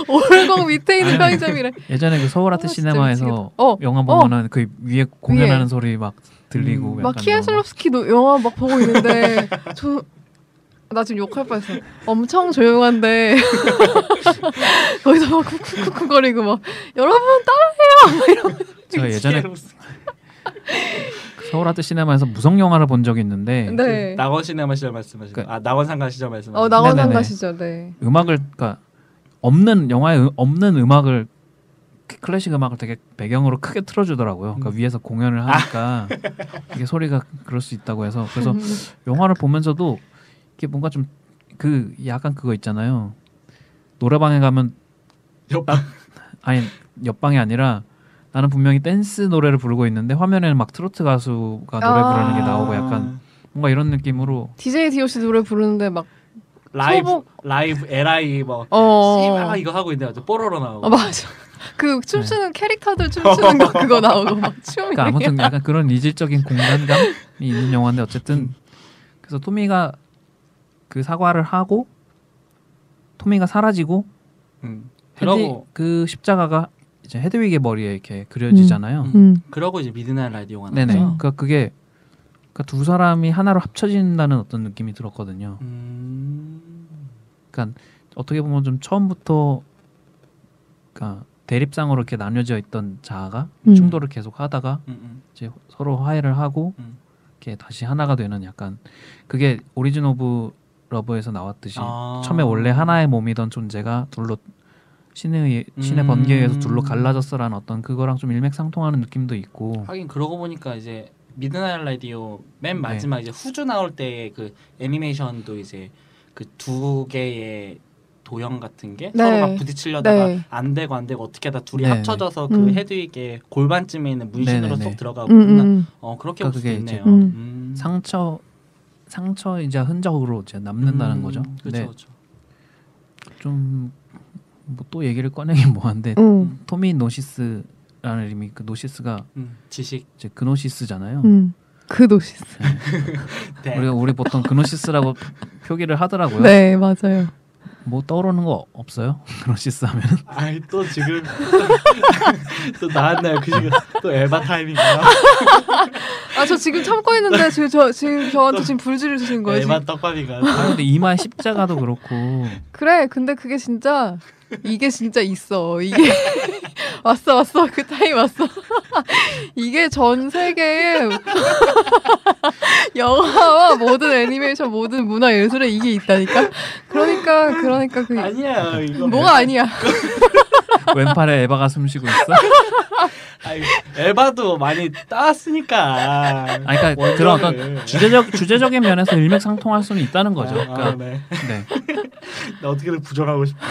올공 밑에 있는 아니, 편의점이래. 예전에 그 서울 아트 어, 진짜 시네마에서 미치겠다. 어, 영화 보면은 그 위에 공연하는 소리 막 들리고 음. 약간 막 키에슬롭스키 노- 영화 막 보고 있는데 저 나 지금 욕할 뻔했어. 엄청 조용한데 거기서 막 쿡쿡쿡거리고 막 여러분 제가 예전에 그 서울 아트 시네마에서 무성 영화를 본 적이 있는데 네. 낙원 시네마 시절 말씀하시는 그 거. 아 낙원 상가 시절 말씀하시는 어 거. 낙원 네네네. 상가시죠. 네. 음악을 그러니까 없는 영화에 음- 없는 음악을 크- 클래식 음악을 되게 배경으로 크게 틀어주더라고요. 음. 그러니까 위에서 아. 공연을 하니까 이게 소리가 그럴 수 있다고 해서 음, 그래서 영화를 보면서도 이게 뭔가 좀 그 약간 그거 있잖아요. 노래방에 가면 옆방. 아니 옆방이 아니라 나는 분명히 댄스 노래를 부르고 있는데 화면에는 막 트로트 가수가 노래 아. 부르는 게 나오고 약간 뭔가 이런 느낌으로 DJ DOC 노래 부르는데 막 아, 라이브 소복- 라이브 LI 막 어. 아, 씨발 이거 하고 있는데 뽀로로 나오고. 어 맞아. 그 춤추는 캐릭터들 춤추는 거 그거 나오고 막 춤이. 네. 그러니까 아무튼 약간 그런 이질적인 공간감이 있는 영화인데 음. 어쨌든 그래서 토미가 그 사과를 하고 토미가 사라지고 음. 헤드, 그러고 그 십자가가 이제 헤드윅의 머리에 이렇게 그려지잖아요. 음. 음. 그러고 이제 미드나잇 라디오가 나왔죠. 네네. 그러니까 그게 그러니까 두 사람이 하나로 합쳐진다는 어떤 느낌이 들었거든요. 음. 그러니까 어떻게 보면 좀 처음부터 그러니까 대립상으로 이렇게 나뉘어져 있던 자아가 음. 충돌을 계속 하다가 음, 음. 이제 서로 화해를 하고 음. 이렇게 다시 하나가 되는 약간 그게 오리진 오브 러브에서 나왔듯이 아. 처음에 원래 하나의 몸이던 존재가 둘로 신의 신의 음. 번개에 의해서 둘로 갈라졌어라는 어떤 그거랑 좀 일맥상통하는 느낌도 있고 하긴 그러고 보니까 이제 미드나잇 라디오 맨 네. 마지막 이제 후주 나올 때 그 애니메이션도 이제 그 두 개의 도형 같은 게 네. 서로 막 부딪히려다가 네. 안 되고 안 되고 어떻게 다 둘이 네. 합쳐져서 그 음. 헤드윅의 골반쯤에 있는 문신으로 네, 네, 쏙 네. 들어가고 음, 끝나- 음. 어 그렇게 그러니까 볼 수도 그게 이제 있네요. 음. 음. 상처 상처이자 흔적으로 이제 남는다는 거죠. 네. 그렇죠. 그렇죠. 좀뭐또 얘기를 꺼내긴 뭐한데 음. 토미노시스라는 이름이 그 노시스가 음, 지식. 이제 어. 그노시스잖아요. 음. 그 노시스. 네. 우리가 우리 보통 그노시스라고 표기를 하더라고요. 네, 맞아요. 뭐 떠오르는 거 없어요? 그노시스 하면 아이 또 지금 또 나왔나요? 그 지금 또 에바 타임인가요? 아, 저 지금 참고 있는데 지금 저 지금 저한테 지금 불지를 주신 거예요. 에바 지금. 떡밥인가요? 아, 근데 이마에 십자가도 그렇고 그래. 근데 그게 진짜 이게 진짜 있어. 이게 왔어 왔어. 그 타임 왔어. 이게 전 세계의 영화와 모든 애니메이션 모든 문화 예술에 이게 있다니까. 그러니까 그러니까 그 아니야 이거 뭐가 아니야. 왼팔에 에바가 숨쉬고 있어. 아이, 에바도 많이 따왔으니까. 아니, 그러니까 그런 어떤 주제적 주제적인 면에서 일맥상통할 수는 있다는 거죠. 네. 아, 아, 그러니까 네. 네. 나 어떻게든 부정하고 싶어.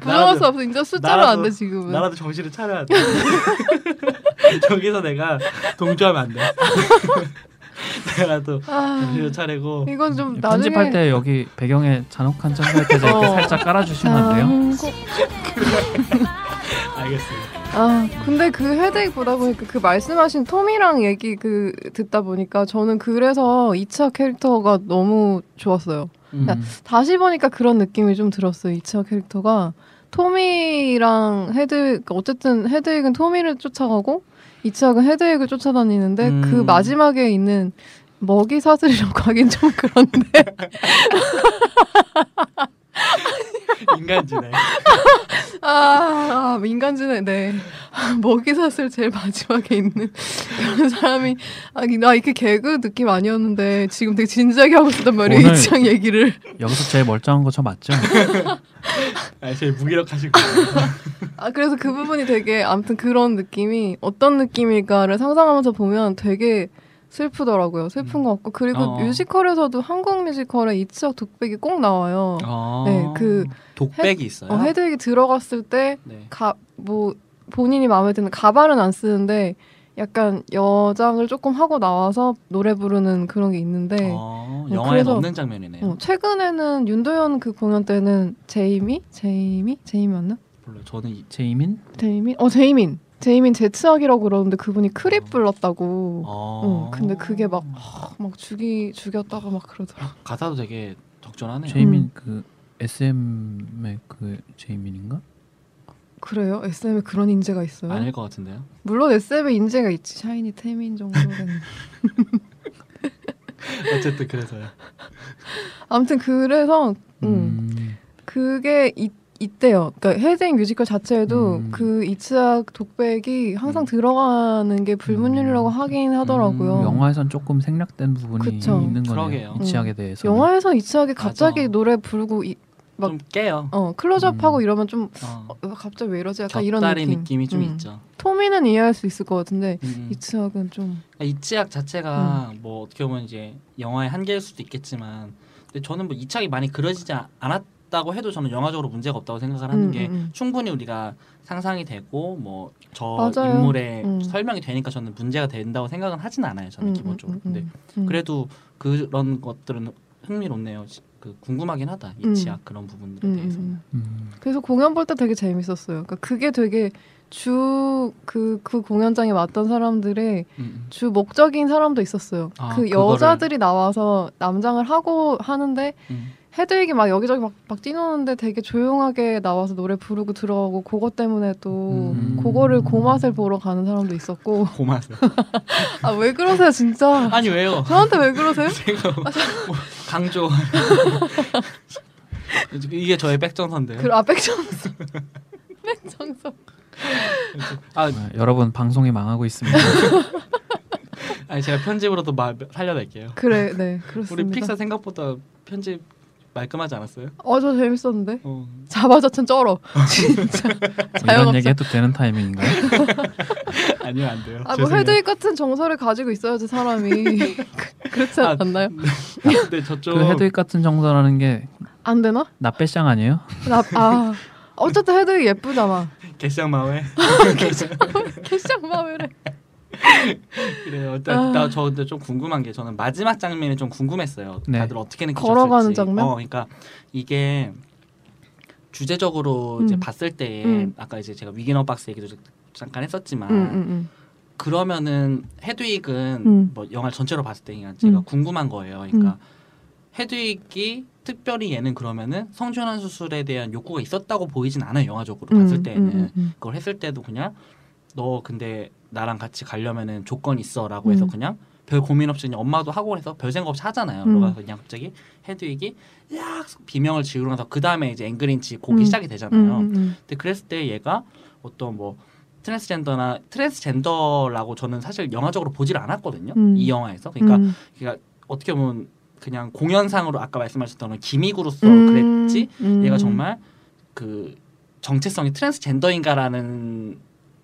부정할 수 없어. 인자 숫자로 나라도- 안 돼 지금은. 나라도 정신을 차려야 돼. 저기서 내가 동조하면 안 돼. 내가 또 아, 정신을 차리고 이건 좀 나중에 편집할 때 여기 배경에 잔혹한 천사태자 이렇게 어. 살짝 깔아주시면 안 돼요? 알겠습니다. 아, 근데 그 헤드액 보다 보니까 그 말씀하신 톰이랑 얘기 그 듣다 보니까 저는 그래서 2차 캐릭터가 너무 좋았어요. 그러니까 음. 다시 보니까 그런 느낌이 좀 들었어요. 2차 캐릭터가 토미랑 헤드 어쨌든 헤드액은 토미를 쫓아가고 2차가 헤드액을 쫓아다니는데 음. 그 마지막에 있는 먹이 사슬이라고 하긴 좀 그런데 인간지네. 아, 아 민간지네 네 먹이 사슬 제일 마지막에 있는 그런 사람이 아니 나 이렇게 개그 느낌 아니었는데 지금 되게 진지하게 하고 있었단 말이에요 오늘- 이창 얘기를 여기서 제일 멀쩡한 거 저 맞죠? 아, 제일 무기력하신 거예요. 아 그래서 그 부분이 되게 아무튼 그런 느낌이 어떤 느낌일까를 상상하면서 보면 되게 슬프더라고요 슬픈 것 같고 그리고 어. 뮤지컬에서도 한국 뮤지컬에 이치학 독백이 꼭 나와요 네, 그 아, 독백이 있어요. 어, 헤드에게 들어갔을 때 네. 가 뭐 본인이 마음에 드는 가발은 안 쓰는데 약간 여장을 조금 하고 나와서 노래 부르는 그런 게 있는데 어, 네, 영화에 그래서- 없는 장면이네요. 어, 최근에는 윤도현 그 공연 때는 제이미 제이미 제이미 맞나? 별로 저는 이- 제이민? 제이미 어 제이민 제이민 제츠학이라고 그러는데 그분이 아. 크립 불렀다고. 어... 어, 근데 그게 막, 하, 막 죽이 죽였다가 막 그러더라. 가사도 되게 적절하네요. 제이민 음. 그 SM의 그 제이민인가? 그래요? SM에 그런 인재가 있어요? 아닐 것 같은데요. 물론 SM에 인재가 있지. 샤이니 태민 정도 되는. 어쨌든 그래서요. 아무튼 그래서 음. 그게 이, 있대요. 그러니까 헤딩 뮤지컬 자체에도 음. 그 이츠학 독백이 항상 들어가는 게 불문율이라고 하긴 하더라고요. 음, 영화에선 조금 생략된 부분이 그쵸. 음. 있는 그러게요. 거네요. 이치학에 대해서. 에서 이츠학이 갑자기 맞아. 노래 부르고 이, 막- 좀 깨요. 어 클로즈업하고 음. 이러면 좀 어. 어, 갑자기 왜 이러지? 약간 이런 겹다리 느낌. 느낌. 이좀 음. 있죠. 토미는 이해할 수 있을 것 같은데 음. 이츠학은 음. 좀 이치학 자체가 뭐 어떻게 보면 이제 영화의 한계일 수도 있겠지만 근데 저는 뭐 이치학이 많이 그려지지 아- 않았다고 해도 저는 영화적으로 문제가 없다고 생각을 하는 음, 게 음, 음. 충분히 우리가 상상이 되고 뭐 저 맞아요. 인물의 음. 설명이 되니까 저는 문제가 된다고 생각은 하진 않아요 저는 음, 기본적으로 음, 음, 근데 음. 그래도 그런 것들은 흥미롭네요 지- 그 궁금하긴 하다 이치학 그런 부분들에 음, 대해서 음, 음. 음. 그래서 공연 볼 때 되게 재밌었어요. 그러니까 그게 되게 주 그 그 공연장에 왔던 사람들의 음. 주 목적인 사람도 있었어요. 아, 그 그거를- 여자들이 나와서 남장을 하고 하는데 음. 헤드윅이 막 여기저기 막, 막 뛰노는데 되게 조용하게 나와서 노래 부르고 들어가고 그것 때문에 또 음. 그거를 고맛을 보러 가는 사람도 있었고 고마워요 아 왜 그러세요 진짜 아니 왜요 저한테 왜 그러세요? 제가 아, 뭐 강조 이게 저의 백정선인데요 그아 백정석 백정석 아 아, 여러분 방송이 망하고 있습니다. 아니 제가 편집으로도 마, 살려낼게요. 그래 네 그렇습니다. 우리 픽사 생각보다 편집 말끔하지 않았어요? 어저 재밌었는데 어. 자바자찬 쩔어 아. 진짜 뭐 이런 자영업자. 얘기해도 되는 타이밍인가요? 아니면 안 돼요. 아뭐 헤드윅 같은 정서를 가지고 있어야지 사람이 그렇지 아, 않나요? 근데 저쪽 그 헤드윅 같은 정서라는 게 안 되나? 나빼샹 아니에요? 나, 아 어쨌든 헤드 예쁘잖아. 개쌍 마을 개쌍마을에 그래요. 아. 일단 나저 근데 좀 궁금한 게 저는 마지막 장면이 좀 궁금했어요. 네. 다들 어떻게 느끼셨을지. 걸어가는 장면? 어, 그러니까 이게 주제적으로 이제 음. 봤을 때에 음. 아까 이제 제가 위기너 박스 얘기도 잠깐 했었지만 음, 음, 그러면은 헤드윅은 음. 뭐 영화를 전체로 봤을 때 그냥 제가 음. 궁금한 거예요. 그러니까 헤드윅이 특별히 얘는 그러면은 성전환 수술에 대한 욕구가 있었다고 보이진 않아요. 영화적으로 음. 봤을 때는 네. 음, 음, 그걸 했을 때도 그냥 너 근데 나랑 같이 가려면은 조건 있어라고 해서 음. 그냥 별 고민 없이 그냥 엄마도 하고 그래서 별 생각 없이 하잖아요. 음. 너가 그냥 갑자기 헤드윅이 야 비명을 지르고 나서 그 다음에 이제 앵그린치 곡이 음. 시작이 음, 음, 되잖아요. 음, 음. 근데 그랬을 때 얘가 어떤 뭐 트랜스젠더나 트랜스젠더라고 저는 사실 영화적으로 보질 않았거든요. 음. 이 영화에서 그러니까 음. 어떻게 보면 그냥 공연상으로 아까 말씀하셨던 기믹으로서 음, 그랬지 음. 얘가 정말 그 정체성이 트랜스젠더인가라는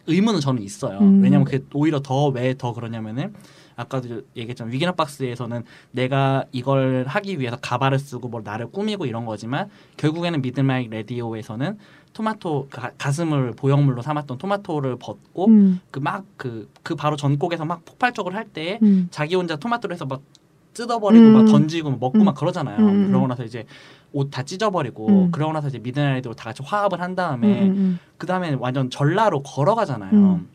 의문은 저는 있어요. 음. 왜냐면 그게 오히려 더 왜 더 그러냐면은 아까도 얘기했지만 위기나 박스에서는 내가 이걸 하기 위해서 가발을 쓰고 뭘 나를 꾸미고 이런 거지만 결국에는 미드마이 레디오에서는 토마토 가, 가슴을 보형물로 삼았던 토마토를 벗고 음, 그 막 그 그 바로 전곡에서 막 폭발적으로 할 때에 음. 자기 혼자 토마토를 해서 막 뜯어버리고 음. 막 던지고 막 먹고 음. 막 그러잖아요. 음. 그러고 나서 이제 옷 다 찢어버리고 음. 그러고 나서 이제 미드나이트로 다 같이 화합을 한 음, 다음에 음, 그 다음에 완전 전라로 걸어가잖아요. 음.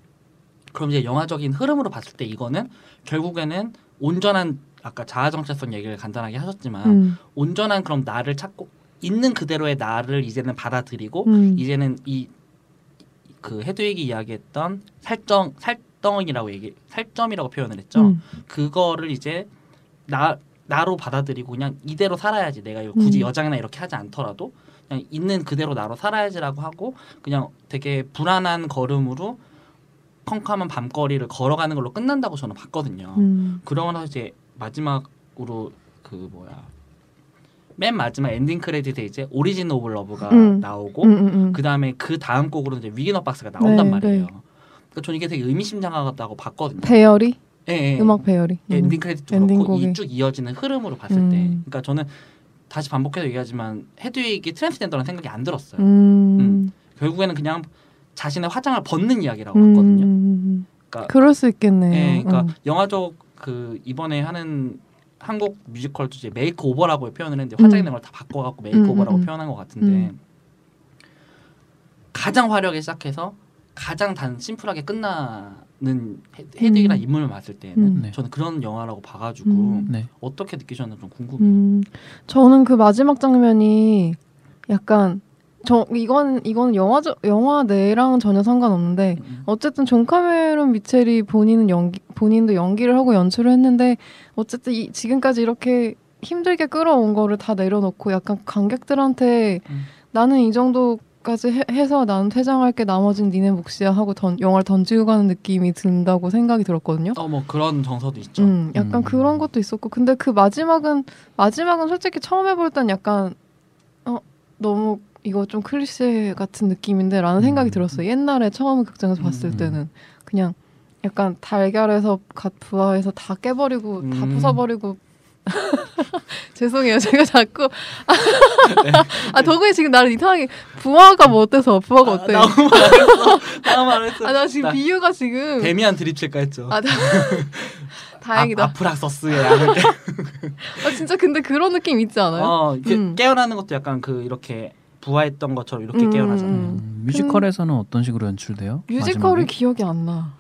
그럼 이제 영화적인 흐름으로 봤을 때 이거는 결국에는 온전한 아까 자아 정체성 얘기를 간단하게 하셨지만 음, 온전한 그럼 나를 찾고 있는 그대로의 나를 이제는 받아들이고 음. 이제는 이 그 헤드윅이 이야기했던 살정 살덩이라고 얘기 살점이라고 표현을 했죠. 음, 그거를 이제 나 나로 받아들이고 그냥 이대로 살아야지 내가 이거 굳이 음. 여장이나 이렇게 하지 않더라도 그냥 있는 그대로 나로 살아야지라고 하고 그냥 되게 불안한 걸음으로 컴컴한 밤거리를 걸어가는 걸로 끝난다고 저는 봤거든요. 음. 그러고 나서 이제 마지막으로 그 뭐야 맨 마지막 엔딩 크레딧에 이제 오리진 오브 러브가 음. 나오고 음, 음, 음. 그 다음에 그 다음 곡으로 이제 위기너 박스가 나온단 네, 말이에요. 네. 그러니까 저는 이게 되게 의미심장하다고 봤거든요. 배열이 예, 예. 음악 배열이 예, 엔딩 크레딧도 엔딩 그렇고 곡이. 이쭉 이어지는 흐름으로 봤을 음. 때, 그러니까 저는 다시 반복해서 얘기하지만 헤드윅이 트랜스젠더라는 생각이 안 들었어요. 음, 결국에는 그냥 자신의 화장을 벗는 이야기라고 음, 봤거든요. 음, 그러니까- 그럴수 있겠네요. 예, 그러니까 음. 영화적 그 이번에 하는 한국 뮤지컬도 이제 메이크 오버라고 표현을 했는데 화장이 음. 된걸 다 바꿔갖고 메이크 음, 오버라고 음, 음. 표현한 것 같은데 가장 화려하게 시작해서 가장 단 심플하게 끝나는 헤드윅이라는 음. 인물을 봤을 때는 음. 네. 저는 그런 영화라고 봐가지고 음. 네. 어떻게 느끼셨는지 좀 궁금해요. 음, 저는 그 마지막 장면이 약간 저 이건 이건 영화 영화 내랑은 전혀 상관없는데 음. 어쨌든 존 카메론 미첼이 본인은 연기 본인도 연기를 하고 연출을 했는데 어쨌든 이, 지금까지 이렇게 힘들게 끌어온 거를 다 내려놓고 약간 관객들한테 음. 나는 이 정도까지 해, 해서 나는 퇴장할게 나머진 니네 몫이야 하고 던, 영화를 던지고 가는 느낌이 든다고 생각이 들었거든요. 어 뭐 그런 정서도 있죠. 음, 약간 음. 그런 것도 있었고 근데 그 마지막은 마지막은 솔직히 처음 해볼 땐 약간 어 너무 이거 좀 클리셰 같은 느낌인데라는 생각이 음. 들었어요 옛날에 처음 극장에서 봤을 음. 때는 그냥 약간 달걀에서 갓 부화해서 다 깨버리고 다 음. 부숴버리고 죄송해요 제가 자꾸 네. 아 덕분에 지금 나를 이상하게 부화가 뭐 어때서 부화가 어때 아, 나무 말했어. 나무 말했어. 아 나 지금 나 비유가 지금 데미안 드립칠까 했죠. 아 다, 다행이다 아, 아프락서스의 약을 깨- 아 진짜 근데 그런 느낌 있지 않아요? 어, 이렇게 음. 깨어나는 것도 약간 그 이렇게 부화했던 것처럼 이렇게 음. 깨어나잖아요. 음, 뮤지컬에서는 어떤 식으로 연출돼요? 뮤지컬이 마지막에? 기억이 안 나.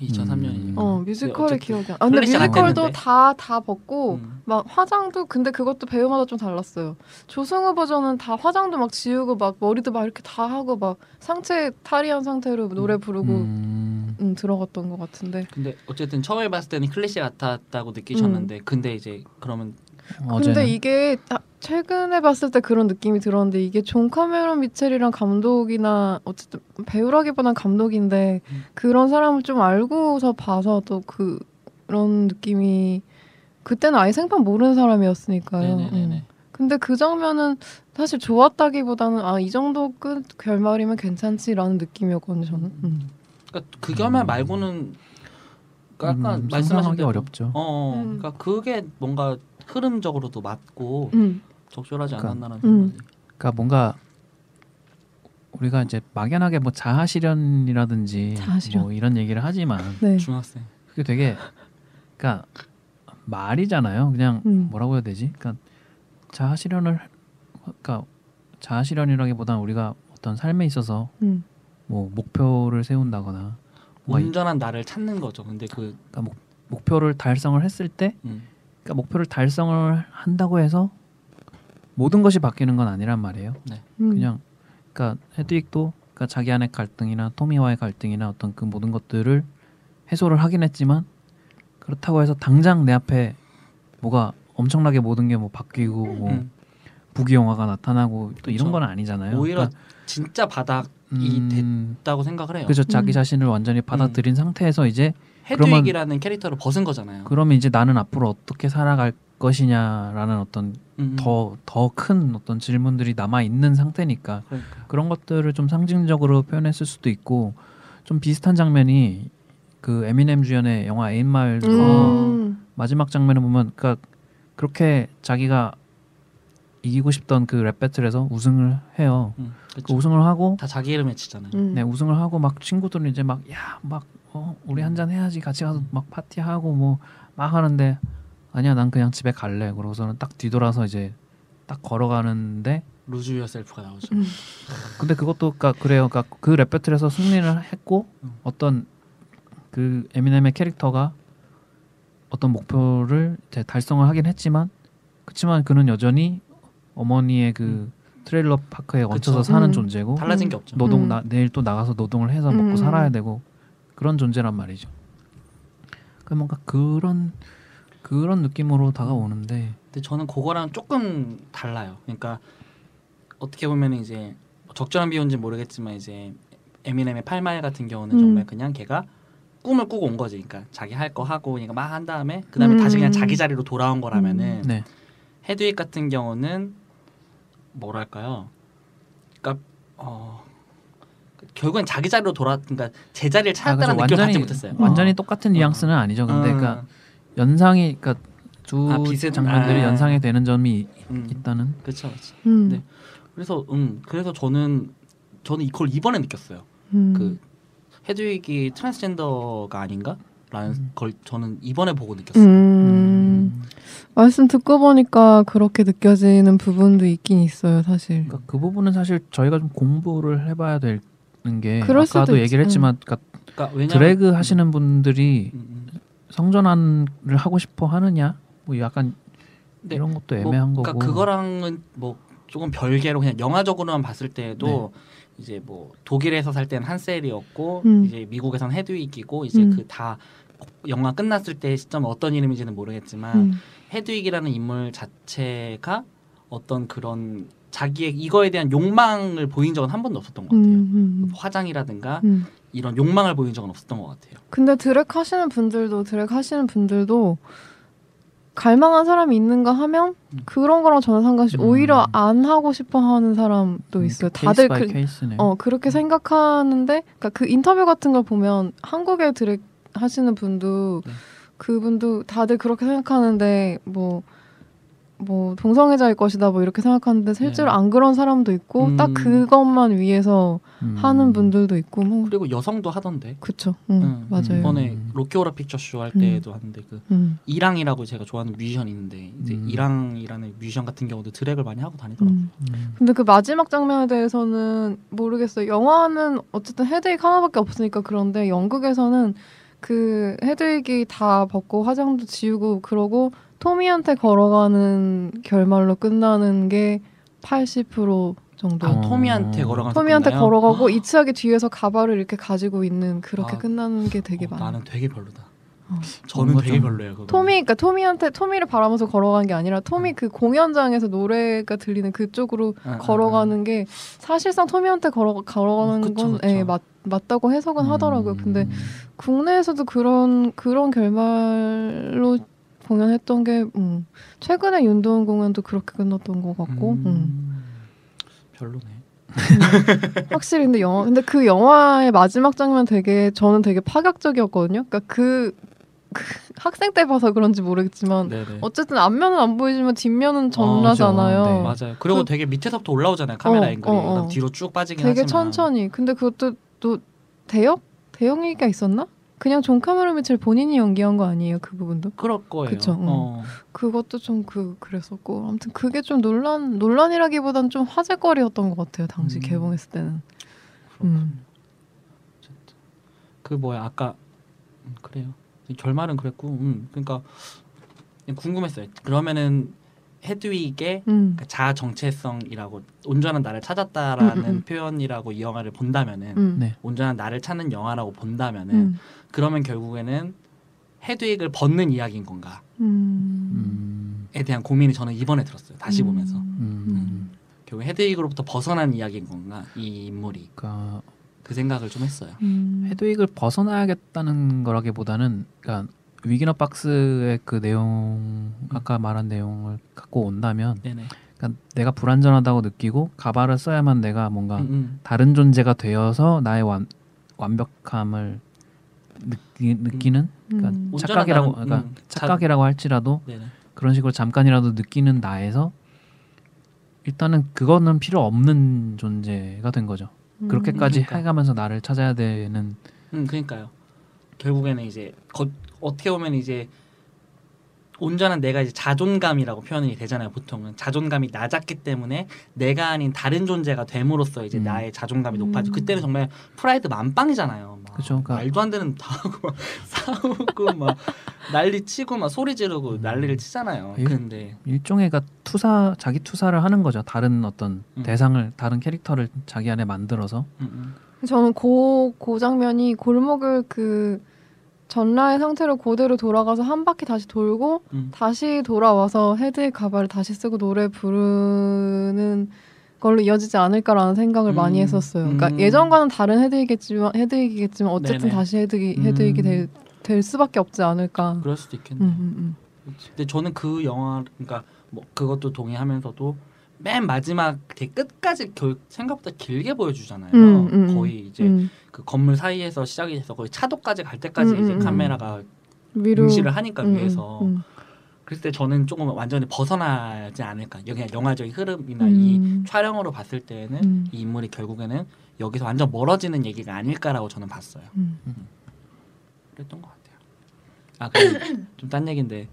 2003년이니까. 어 음. 어쨌든 뮤지컬이 기억이 안. 나. 아, 근데 클래식 안 뮤지컬도 됐는데. 음. 다 다 벗고 막 화장도 근데 그것도 배우마다 좀 달랐어요. 조승우 버전은 다 화장도 막 지우고 막 머리도 막 이렇게 다 하고 막 상체 탈의한 상태로 노래 부르고 음. 음, 들어갔던 것 같은데. 근데 어쨌든 처음에 봤을 때는 클래시 같았다고 느끼셨는데 음. 근데 이제 그러면 어제는 근데 이게 아, 최근에 봤을 때 그런 느낌이 들었는데 이게 존 카메론 미첼이랑 감독이나 어쨌든 배우라기보단 감독인데 음. 그런 사람을 좀 알고서 봐서 또 그- 그런 느낌이 그때는 아예 생판 모르는 사람이었으니까요. 네네네네. 음. 근데 그 장면은 사실 좋았다기보다는 아 이 정도 끝 결말이면 괜찮지라는 느낌이었거든요. 저는. 음. 그러니까 그 결말 말고는 음, 약간 말씀하신 상상하기 대로 어, 어렵죠. 어, 음. 그러니까 그게 뭔가 흐름적으로도 맞고 음. 적절하지 그러니까. 않았나라는 음. 생각이. 그러니까 뭔가 우리가 이제 막연하게 뭐 자아실현이라든지 자아실현. 뭐 이런 얘기를 하지만 네. 중학생. 그게 되게 그러니까 말이잖아요. 그냥 음. 뭐라고 해야 되지? 그러니까 자아실현을 그러니까 자아실현이라기보다는 우리가 어떤 삶에 있어서 음. 뭐 목표를 세운다거나 뭔가 이- 온전한 나를 찾는 거죠. 근데 그 그러니까 목, 목표를 달성을 했을 때 음, 그러니까 목표를 달성을 한다고 해서 모든 것이 바뀌는 건 아니란 말이에요. 음. 그냥 그러니까 헤드윅도 그러니까 자기 안의 갈등이나 토미와의 갈등이나 어떤 그 모든 것들을 해소를 하긴 했지만 그렇다고 해서 당장 내 앞에 뭐가 엄청나게 모든 게 뭐 바뀌고 뭐 음. 부귀 영화가 나타나고 또 이런 그쵸. 건 아니잖아요. 그러니까 음, 오히려 진짜 바닥이다고 이 음. 생각을 해요. 그죠 자기 음. 자신을 완전히 받아들인 상태에서 이제 그러면- 헤드윅이라는 캐릭터를 벗은 거잖아요. 그러면 이제 나는 앞으로 어떻게 살아갈 것이냐라는 어떤 음, 더 더 큰 어떤 질문들이 남아 있는 상태니까 그러니까. 그런 것들을 좀 상징적으로 표현했을 수도 있고 좀 비슷한 장면이 그 에미넴 주연의 영화 에인마일도 음. 마지막 장면을 보면 그러니까 그렇게 자기가 이기고 싶던 그 랩 배틀에서 우승을 해요. 음, 그쵸. 그 우승을 하고 다 자기 이름 외치잖아요. 음. 네 우승을 하고 막 친구들은 이제 막 야 막 어, 우리 한 잔 해야지 같이 음. 가서 막 파티하고 뭐 막 하는데 아니야 난 그냥 집에 갈래 그러고서는 딱 뒤돌아서 이제 딱 걸어가는데 루즈 유어셀프가 나오죠. 음. 근데 그것도 그러니까 그래요. 그러니까 그 랩배틀에서 승리를 했고 음. 어떤 그 에미넴의 캐릭터가 어떤 목표를 이제 달성을 하긴 했지만 그렇지만 그는 여전히 어머니의 그 음. 트레일러 파크에 얹혀서 그쵸. 사는 음. 존재고 달라진 음. 게 없죠. 노동 음. 나, 내일 또 나가서 노동을 해서 먹고 음. 살아야 되고 그런 존재란 말이죠. 그 뭔가 그런 그런 느낌으로 다가오는데 근데 저는 그거랑 조금 달라요. 그러니까 어떻게 보면 이제 뭐 적절한 비유인지 모르겠지만 이제 에미넴의 팔마일 같은 경우는 음. 정말 그냥 걔가 꿈을 꾸고 온 거지. 그러니까 자기 할 거 하고 그러니까 막 한 다음에 그다음에 음. 다시 그냥 자기 자리로 돌아온 거라면은 네. 헤드윅 같은 경우는 뭐랄까요? 그러니까 어 결국엔 자기 자리로 돌아 그러니까 제자리를 아, 그래서 찾았다는 느낌을 받지 못했어요. 완전히 어. 똑같은 뉘앙스는 아니죠. 근데 음, 그러니까 연상이 그러니까 두 아, 비슷- 장면들이 아. 연상이 되는 점이 음, 있다는 그렇죠. 그렇죠. 음. 네. 그래서 음 그래서 저는 저는 이걸 이번에 느꼈어요. 음. 그 헤드윅이 트랜스젠더가 아닌가라는 음. 걸 저는 이번에 보고 느꼈어요. 음. 말씀 듣고 보니까 그렇게 느껴지는 부분도 있긴 있어요, 사실. 그러니까 그 부분은 사실 저희가 좀 공부를 해봐야 되는 게 그럴 아까도 수도 있- 얘기를 했지만 그러니까 그러니까 왜냐 드래그 하시는 분들이 음, 음. 성전환을 하고 싶어 하느냐 뭐 약간 네. 이런 것도 뭐, 애매한 그러니까 거고 그거랑은 뭐 조금 별개로 그냥 영화적으로만 봤을 네. 때도 이제 뭐 독일에서 살 때는 한셀이었고 음. 이제 미국에선 헤드윅이고 이제 음. 그 다 영화 끝났을 때 시점 어떤 이름인지는 아, 모르겠지만 음. 헤드윅이라는 인물 자체가 어떤 그런 자기의 이거에 대한 욕망을 보인 적은 한 번도 없었던 것 음, 같아요. 뭐 음, 화장이라든가 음. 이런 욕망을 보인 적은 없었던 것 같아요. 근데 드랙 하시는 분들도 드랙 하시는 분들도 갈망한 사람이 있는가 하면 음. 그런 거랑 전혀 상관없이 음. 오히려 안 하고 싶어 하는 사람도 있어요. 케이스 다들 바이 그, 케이스네요. 어 그렇게 생각하는데 그러니까 그 인터뷰 같은 걸 보면 한국의 드랙 하시는 분도 네. 그분도 다들 그렇게 생각하는데 뭐. 뭐 동성애자일 것이다 뭐 이렇게 생각하는데 실제로 네. 안 그런 사람도 있고 음. 딱 그것만 위해서 음. 하는 분들도 있고 뭐 그리고 여성도 하던데 그쵸 응, 음, 맞아요 이번에 음. 로키오라 픽처쇼 할 음. 때에도 하는데 그 음, 이랑이라고 제가 좋아하는 뮤지션이 있는데 이제 음. 이랑이라는 뮤지션 같은 경우도 드랙을 많이 하고 다니더라고요. 음. 음. 근데 그 마지막 장면에 대해서는 모르겠어요. 영화는 어쨌든 헤드윅 하나밖에 없으니까 그런데 영국에서는 그 헤드윅이 다 벗고 화장도 지우고 그러고 토미한테 걸어가는 결말로 끝나는 게 80% 정도. 아, 어. 토미한테 걸어가서 토미한테 끝나요? 걸어가고 이츠하게 뒤에서 가발을 이렇게 가지고 있는 그렇게 아. 끝나는 게 되게 어, 많아요. 나는 되게 별로다. 어. 저는 뭔가 되게 좀- 별로예요. 그거. 토미 그러니까 토미한테 토미를 바라면서 걸어간 게 아니라 네. 토미 그 공연장에서 노래가 들리는 그쪽으로 아, 아, 아. 걸어가는 게 사실상 토미한테 걸어 음, 걸어가는 그쵸, 건 그쵸. 음. 예, 맞 맞다고 해석은 하더라고요. 근데 국내에서도 그런 그런 결말로 공연했던 게 음, 최근에 윤도현 공연도 그렇게 끝났던 것 같고 음. 별로네. 음, 확실히 근데 영화 근데 그 영화의 마지막 장면 되게 저는 되게 파격적이었거든요. 그러니까 그, 그 학생 때 봐서 그런지 모르겠지만 네네. 어쨌든 앞면은 안 보이지만 뒷면은 아, 전라잖아요. 그죠. 네. 맞아요. 그리고 그- 되게 밑에서부터 올라오잖아요. 카메라 어, 앵글이. 어, 어. 뒤로 쭉 빠지긴 되게 하지만. 천천히. 근데 그것도 또 대역 대역 얘기가 있었나? 그냥 존 카메론 미첼 본인이 연기한 거 아니에요 그 부분도? 그럴 거예요. 그쵸, 응. 어. 그것도 좀 그 그랬었고 아무튼 그게 좀 논란 논란이라기보단 좀 화제거리였던 것 같아요 당시 음. 개봉했을 때는. 그렇군요. 음. 어쨌든. 그 뭐야 아까 음, 그래요. 결말은 그랬고, 음, 그러니까 그냥 궁금했어요. 그러면은 헤드윅의 음. 그 자아 정체성이라고 온전한 나를 찾았다라는 음, 음, 음. 표현이라고 이 영화를 본다면은 음. 네. 온전한 나를 찾는 영화라고 본다면은 음. 그러면 결국에는 헤드윅을 벗는 이야기인 건가에 음. 음, 대한 고민이 저는 이번에 들었어요. 다시 보면서 음, 결국 헤드윅으로부터 벗어난 이야기인 건가 이 인물이 그러니까 그 생각을 좀 했어요. 음. 헤드윅을 벗어나야겠다는 거라기보다는 그러니까 위기너 박스의 그 내용 아까 말한 내용을 갖고 온다면 네네. 그러니까 내가 불완전하다고 느끼고 가발을 써야만 내가 뭔가 음, 음. 다른 존재가 되어서 나의 완, 완벽함을 느끼, 느끼는 음. 그러니까 온전하다는- 착각이라고 그러니까 음, 자- 착각이라고 할지라도 네네. 그런 식으로 잠깐이라도 느끼는 나에서 일단은 그거는 필요 없는 존재가 된 거죠. 음. 그렇게까지 그러니까. 해가면서 나를 찾아야 되는 음, 그러니까요. 결국에는 이제 거, 어떻게 보면 이제 온전한 내가 이제 자존감이라고 표현이 되잖아요. 보통은 자존감이 낮았기 때문에 내가 아닌 다른 존재가 됨으로써 이제 음. 나의 자존감이 음. 높아지고 그때는 정말 프라이드 만빵이잖아요. 막 그쵸, 그러니까- 말도 안 되는 다 하고 막 싸우고 막 난리 치고 막 소리 지르고 음. 난리를 치잖아요. 예. 근데 일종의 그 투사 자기 투사를 하는 거죠. 다른 어떤 음. 대상을 다른 캐릭터를 자기 안에 만들어서 음, 음. 저는 그, 그 장면이 골목을 그 전라의 상태로 그대로 돌아가서 한 바퀴 다시 돌고 음. 다시 돌아와서 헤드의 가발을 다시 쓰고 노래 부르는 걸로 이어지지 않을까라는 생각을 음. 많이 했었어요. 그러니까 음. 예전과는 다른 헤드이겠지만 헤드이겠지만 어쨌든 네네. 다시 헤드이 음. 헤드이 될, 될 수밖에 없지 않을까. 그럴 수도 있겠네요. 음, 음, 근데 저는 그 영화 그러니까 뭐 그것도 동의하면서도 맨 마지막 되게 끝까지 결, 생각보다 길게 보여주잖아요. 음, 음, 거의 이제 음. 그 건물 사이에서 시작이 돼서 거의 차도까지 갈 때까지 음, 이제 음, 카메라가 음. 위로 응시를 하니까 음, 위에서 음, 음. 그랬을 때 저는 조금 완전히 벗어나지 않을까. 그냥 영화적인 흐름이나 이 음. 촬영으로 봤을 때에는 음. 이 인물이 결국에는 여기서 완전 멀어지는 얘기가 아닐까라고 저는 봤어요. 음. 그랬던 것 같아요. 아, 좀딴 얘기인데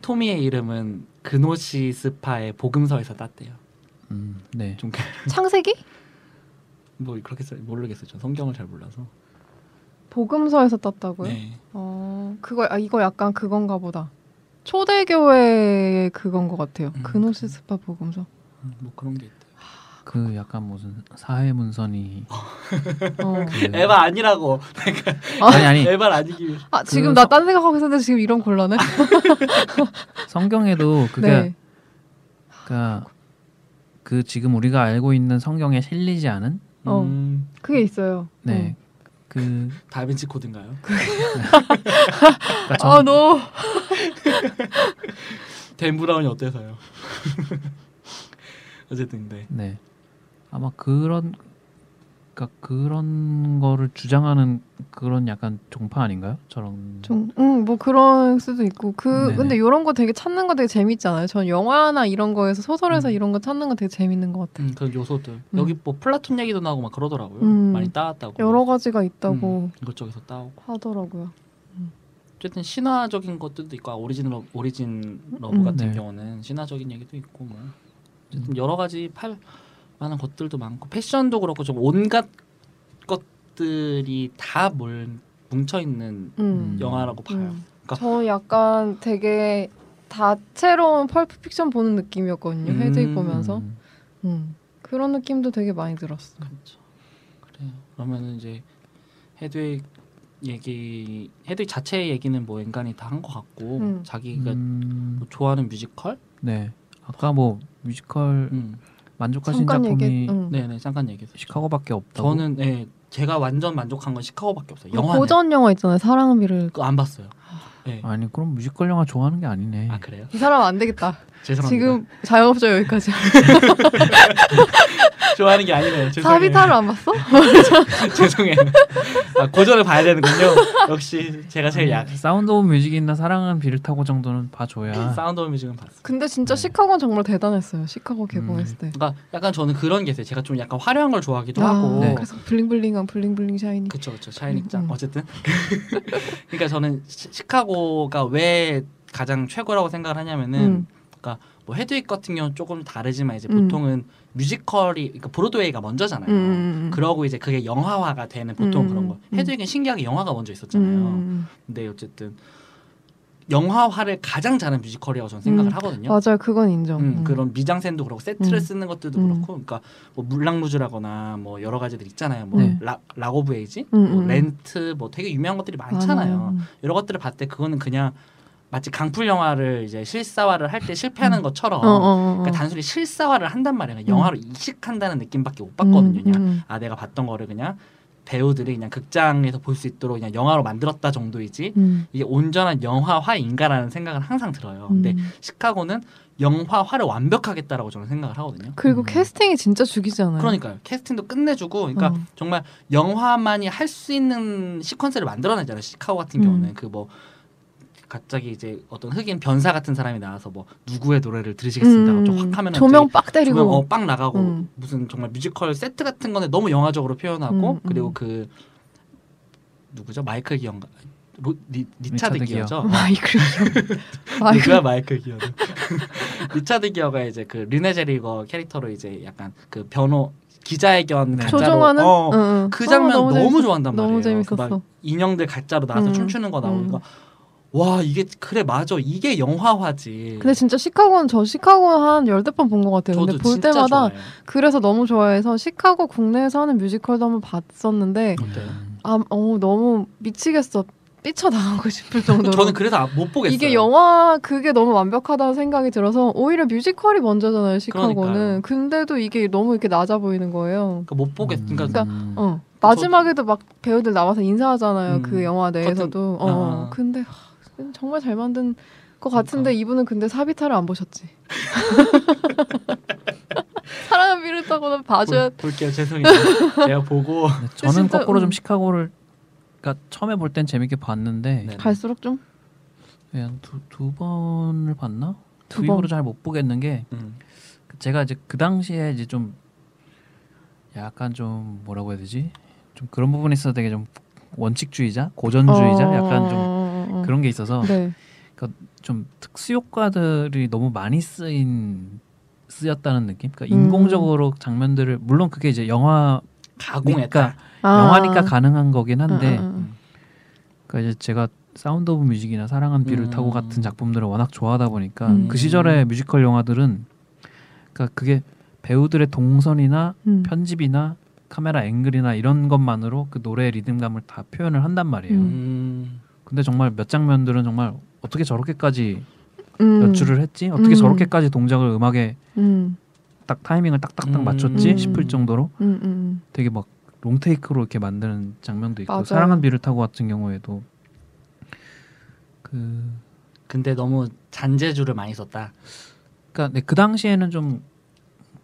토미의 이름은 그노시스파의 복음서에서 땄대요. 음, 네. 창세기? 뭐 그렇게 써 모르겠어요. 전 성경을 잘 몰라서. 복음서에서 땄다고요? 네. 어 그거 아 이거 약간 그건가 보다. 초대교회 그건 것 같아요. 음. 그노시스파 복음서. 음, 뭐 그런 게 있대요. 그 약간 무슨 사회 문선이 어. 그- 에바 아니라고. 아니 아니 에바 네. 아니기 위해. 아 지금 나 딴 생각하고 있었는데 지금 이런 곤란해. 아, 성경에도 그게 네. 그러니까 그 지금 우리가 알고 있는 성경에 실리지 않은 어. 음, 그게 있어요. 음. 네. 그 다빈치 코드인가요? 그 그러니까 어. 아 너. 댄 브라운이 어때서요? 어쨌든 네. 네. 아마 그런 그러니까 그런 거를 주장하는 그런 약간 종파 아닌가요? 저런 좀응뭐 그런 수도 있고 그 네네. 근데 이런 거 되게 찾는 거 되게 재밌잖아요. 전 영화나 이런 거에서 소설에서 음. 이런 거 찾는 거 되게 재밌는 것 같아요. 음, 그런 요소들. 음. 여기 뭐 플라톤 얘기도 나오고 막 그러더라고요. 음. 많이 따왔다고. 여러 가지가 있다고 음, 이것저기서 따오고. 하더라고요. 어쨌든 신화적인 것들도 있고 아, 오리진 러브, 오리진 러브 음. 같은 네. 음. 경우는 신화적인 얘기도 있고 뭐 어쨌든 여러 가지 팔 만한 것들도 많고 패션도 그렇고 좀 온갖 것들이 다 몰, 뭉쳐 있는 음. 음. 영화라고 봐요. 음. 그러니까- 저 약간 되게 다채로운 펄프 픽션 보는 느낌이었거든요. 음. 헤드윅 보면서 음, 음. 그런 느낌도 되게 많이 들었어. 그렇죠. 그래요. 그러면 이제 헤드윅 얘기 헤드윅 자체의 얘기는 뭐 인간이 다 한 것 같고 음. 자기가 음, 뭐 좋아하는 뮤지컬, 네. 아까 뭐 뮤지컬 음. 만족하신 잠깐 작품이 얘기. 음. 응. 네네 잠깐 얘기해서 시카고밖에 없다고. 저는 예, 네, 제가 완전 만족한 건 시카고밖에 없어요. 그 영화 고전 영화 있잖아요. 사랑비를 그안 봤어요. 네. 아니 그럼 뮤지컬 영화 좋아하는 게 아니네. 아 그래요? 이 사람 안 되겠다. 죄송합니다. 지금 자영업자 여기까지. 좋아하는 게 아니네요. 죄송해요. 사비타를 안 봤어? 죄송해요. 아, 고전을 봐야 되는군요. 역시 제가 제일 아. 약. 사운드 오브 뮤직이나 사랑은 비를 타고 정도는 아. 봐줘야. 음, 사운드 오브 뮤직은 봤어. 근데 진짜 네. 시카고는 정말 대단했어요. 시카고 개봉했을 때. 그러니까 약간 저는 그런 게 있어요. 제가 좀 약간 화려한 걸 좋아하기도 아, 하고. 네. 그래서 블링블링한 블링블링 샤이니. 그쵸 그쵸 샤이닉장 음. 어쨌든 그러니까 저는 시, 시카고가 왜 가장 최고라고 생각을 하냐면은 음. 뭐 헤드윅 같은 경우는 조금 다르지만 이제 음. 보통은 뮤지컬이 그러니까 브로드웨이가 먼저잖아요. 음, 음, 음. 그러고 이제 그게 영화화가 되는 보통 음, 그런 거. 음. 헤드윅은 신기하게 영화가 먼저 있었잖아요. 음, 근데 어쨌든 영화화를 가장 잘하는 뮤지컬이라고 저는 생각을 음. 하거든요. 맞아요. 그건 인정. 음, 음. 그런 미장센도 그렇고 세트를 음. 쓰는 것들도 음. 그렇고 그러니까 뭐 물랑루즈라거나 뭐 여러 가지들 있잖아요 뭐 네. 라, 라고브에이지 음, 뭐 음. 렌트 뭐 되게 유명한 것들이 많잖아요 많아요. 음. 여러 것들을 봤을 때 그거는 그냥 마치 강풀 영화를 이제 실사화를 할 때 실패하는 것처럼 어, 어, 어, 어. 그러니까 단순히 실사화를 한단 말이에요 그냥 음. 영화로 이식한다는 느낌밖에 못 봤거든요 그냥 음, 아 내가 봤던 거를 그냥 배우들이 그냥 극장에서 볼 수 있도록 그냥 영화로 만들었다 정도이지 음, 이게 온전한 영화화인가라는 생각을 항상 들어요 네. 음. 근데 시카고는 영화화를 완벽하겠다라고 저는 생각을 하거든요. 그리고 음. 캐스팅이 진짜 죽이잖아요. 그러니까요. 캐스팅도 끝내주고, 그러니까 어. 정말 영화만이 할 수 있는 시퀀스를 만들어내잖아요. 시카고 같은 음. 경우는 그 뭐 갑자기 이제 어떤 흑인 변사 같은 사람이 나와서 뭐 누구의 노래를 들으시겠습니다라고 좀 확 하면 음. 조명 빡 때리고 조명 어, 빵 나가고 음. 무슨 정말 뮤지컬 세트 같은 건데 너무 영화적으로 표현하고 음, 음. 그리고 그 누구죠 마이클 기어인가 로, 리, 리차드, 리차드 기어. 기어죠. 아, 마이클 누가 마이클 마이클 기어는 리차드 기어가 이제 그 르네 제리거 캐릭터로 이제 약간 그 변호 기자회견 네. 가짜로 조종하는 어, 응, 응. 그 어, 장면 너무, 재밌었어. 좋아한단 말이에요. 너무 그 막 재밌었어. 인형들 가짜로 나와서 음, 춤추는 거 나오니까 음. 와 이게 그래 맞아 이게 영화화지. 근데 진짜 시카고는 저 시카고 한 열댓 번 본 것 같아요. 근데 저도 볼 진짜 때마다 좋아해요. 그래서 너무 좋아해서 시카고 국내에서 하는 뮤지컬도 한번 봤었는데 음. 어때요? 아, 어, 너무 미치겠어. 삐쳐나가고 싶을 정도로. 저는 그래서 아- 못 보겠어요. 이게 영화 그게 너무 완벽하다는 생각이 들어서 오히려 뮤지컬이 먼저잖아요 시카고는 그러니까요. 근데도 이게 너무 이렇게 낮아 보이는 거예요 그러니까 못 보겠. 그러니까 음. 어 마지막에도 막 배우들 나와서 인사하잖아요 음, 그 영화 내에서도 커튼, 어 아. 근데 하, 정말 잘 만든 것 그러니까. 같은데 이분은 근데 사비타를 안 보셨지 사랑은 미르다고는 봐줘야 볼, 음. 볼게요 죄송해요. 제가 보고 근데 네, 저는 진짜, 거꾸로 음. 좀 시카고를 그러니까 처음에 볼 땐 재밌게 봤는데 네. 갈수록 좀 두 그냥 네, 두, 두 번을 봤나? 두 번. 번으로 잘 못 보겠는 게 음. 제가 이제 그 당시에 이제 좀 약간 좀 뭐라고 해야 되지? 좀 그런 부분에 있어서 되게 좀 원칙주의자, 고전주의자, 어, 약간 좀 어, 어, 어. 그런 게 있어서 네. 좀 특수 효과들이 너무 많이 쓰인 쓰였다는 느낌. 그러니까 음. 인공적으로 장면들을 물론 그게 이제 영화 가공했다. 아. 영화니까 가능한 거긴 한데 응, 응, 응. 그러니까 이제 제가 사운드 오브 뮤직이나 사랑한 비를 음. 타고 같은 작품들을 워낙 좋아하다 보니까 음. 그 시절의 뮤지컬 영화들은 그러니까 그게 배우들의 동선이나 음. 편집이나 카메라 앵글이나 이런 것만으로 그 노래의 리듬감을 다 표현을 한단 말이에요. 음. 음. 근데 정말 몇 장면들은 정말 어떻게 저렇게까지 음. 연출을 했지? 어떻게 음. 저렇게까지 동작을 음악에 음. 딱 타이밍을 딱딱딱 음. 맞췄지 음. 싶을 정도로 음, 음. 되게 막 롱테이크로 이렇게 만드는 장면도 있고 맞아요. 사랑한 비를 타고 같은 경우에도 그 근데 너무 잔재주를 많이 썼다. 그러니까 네, 그 당시에는 좀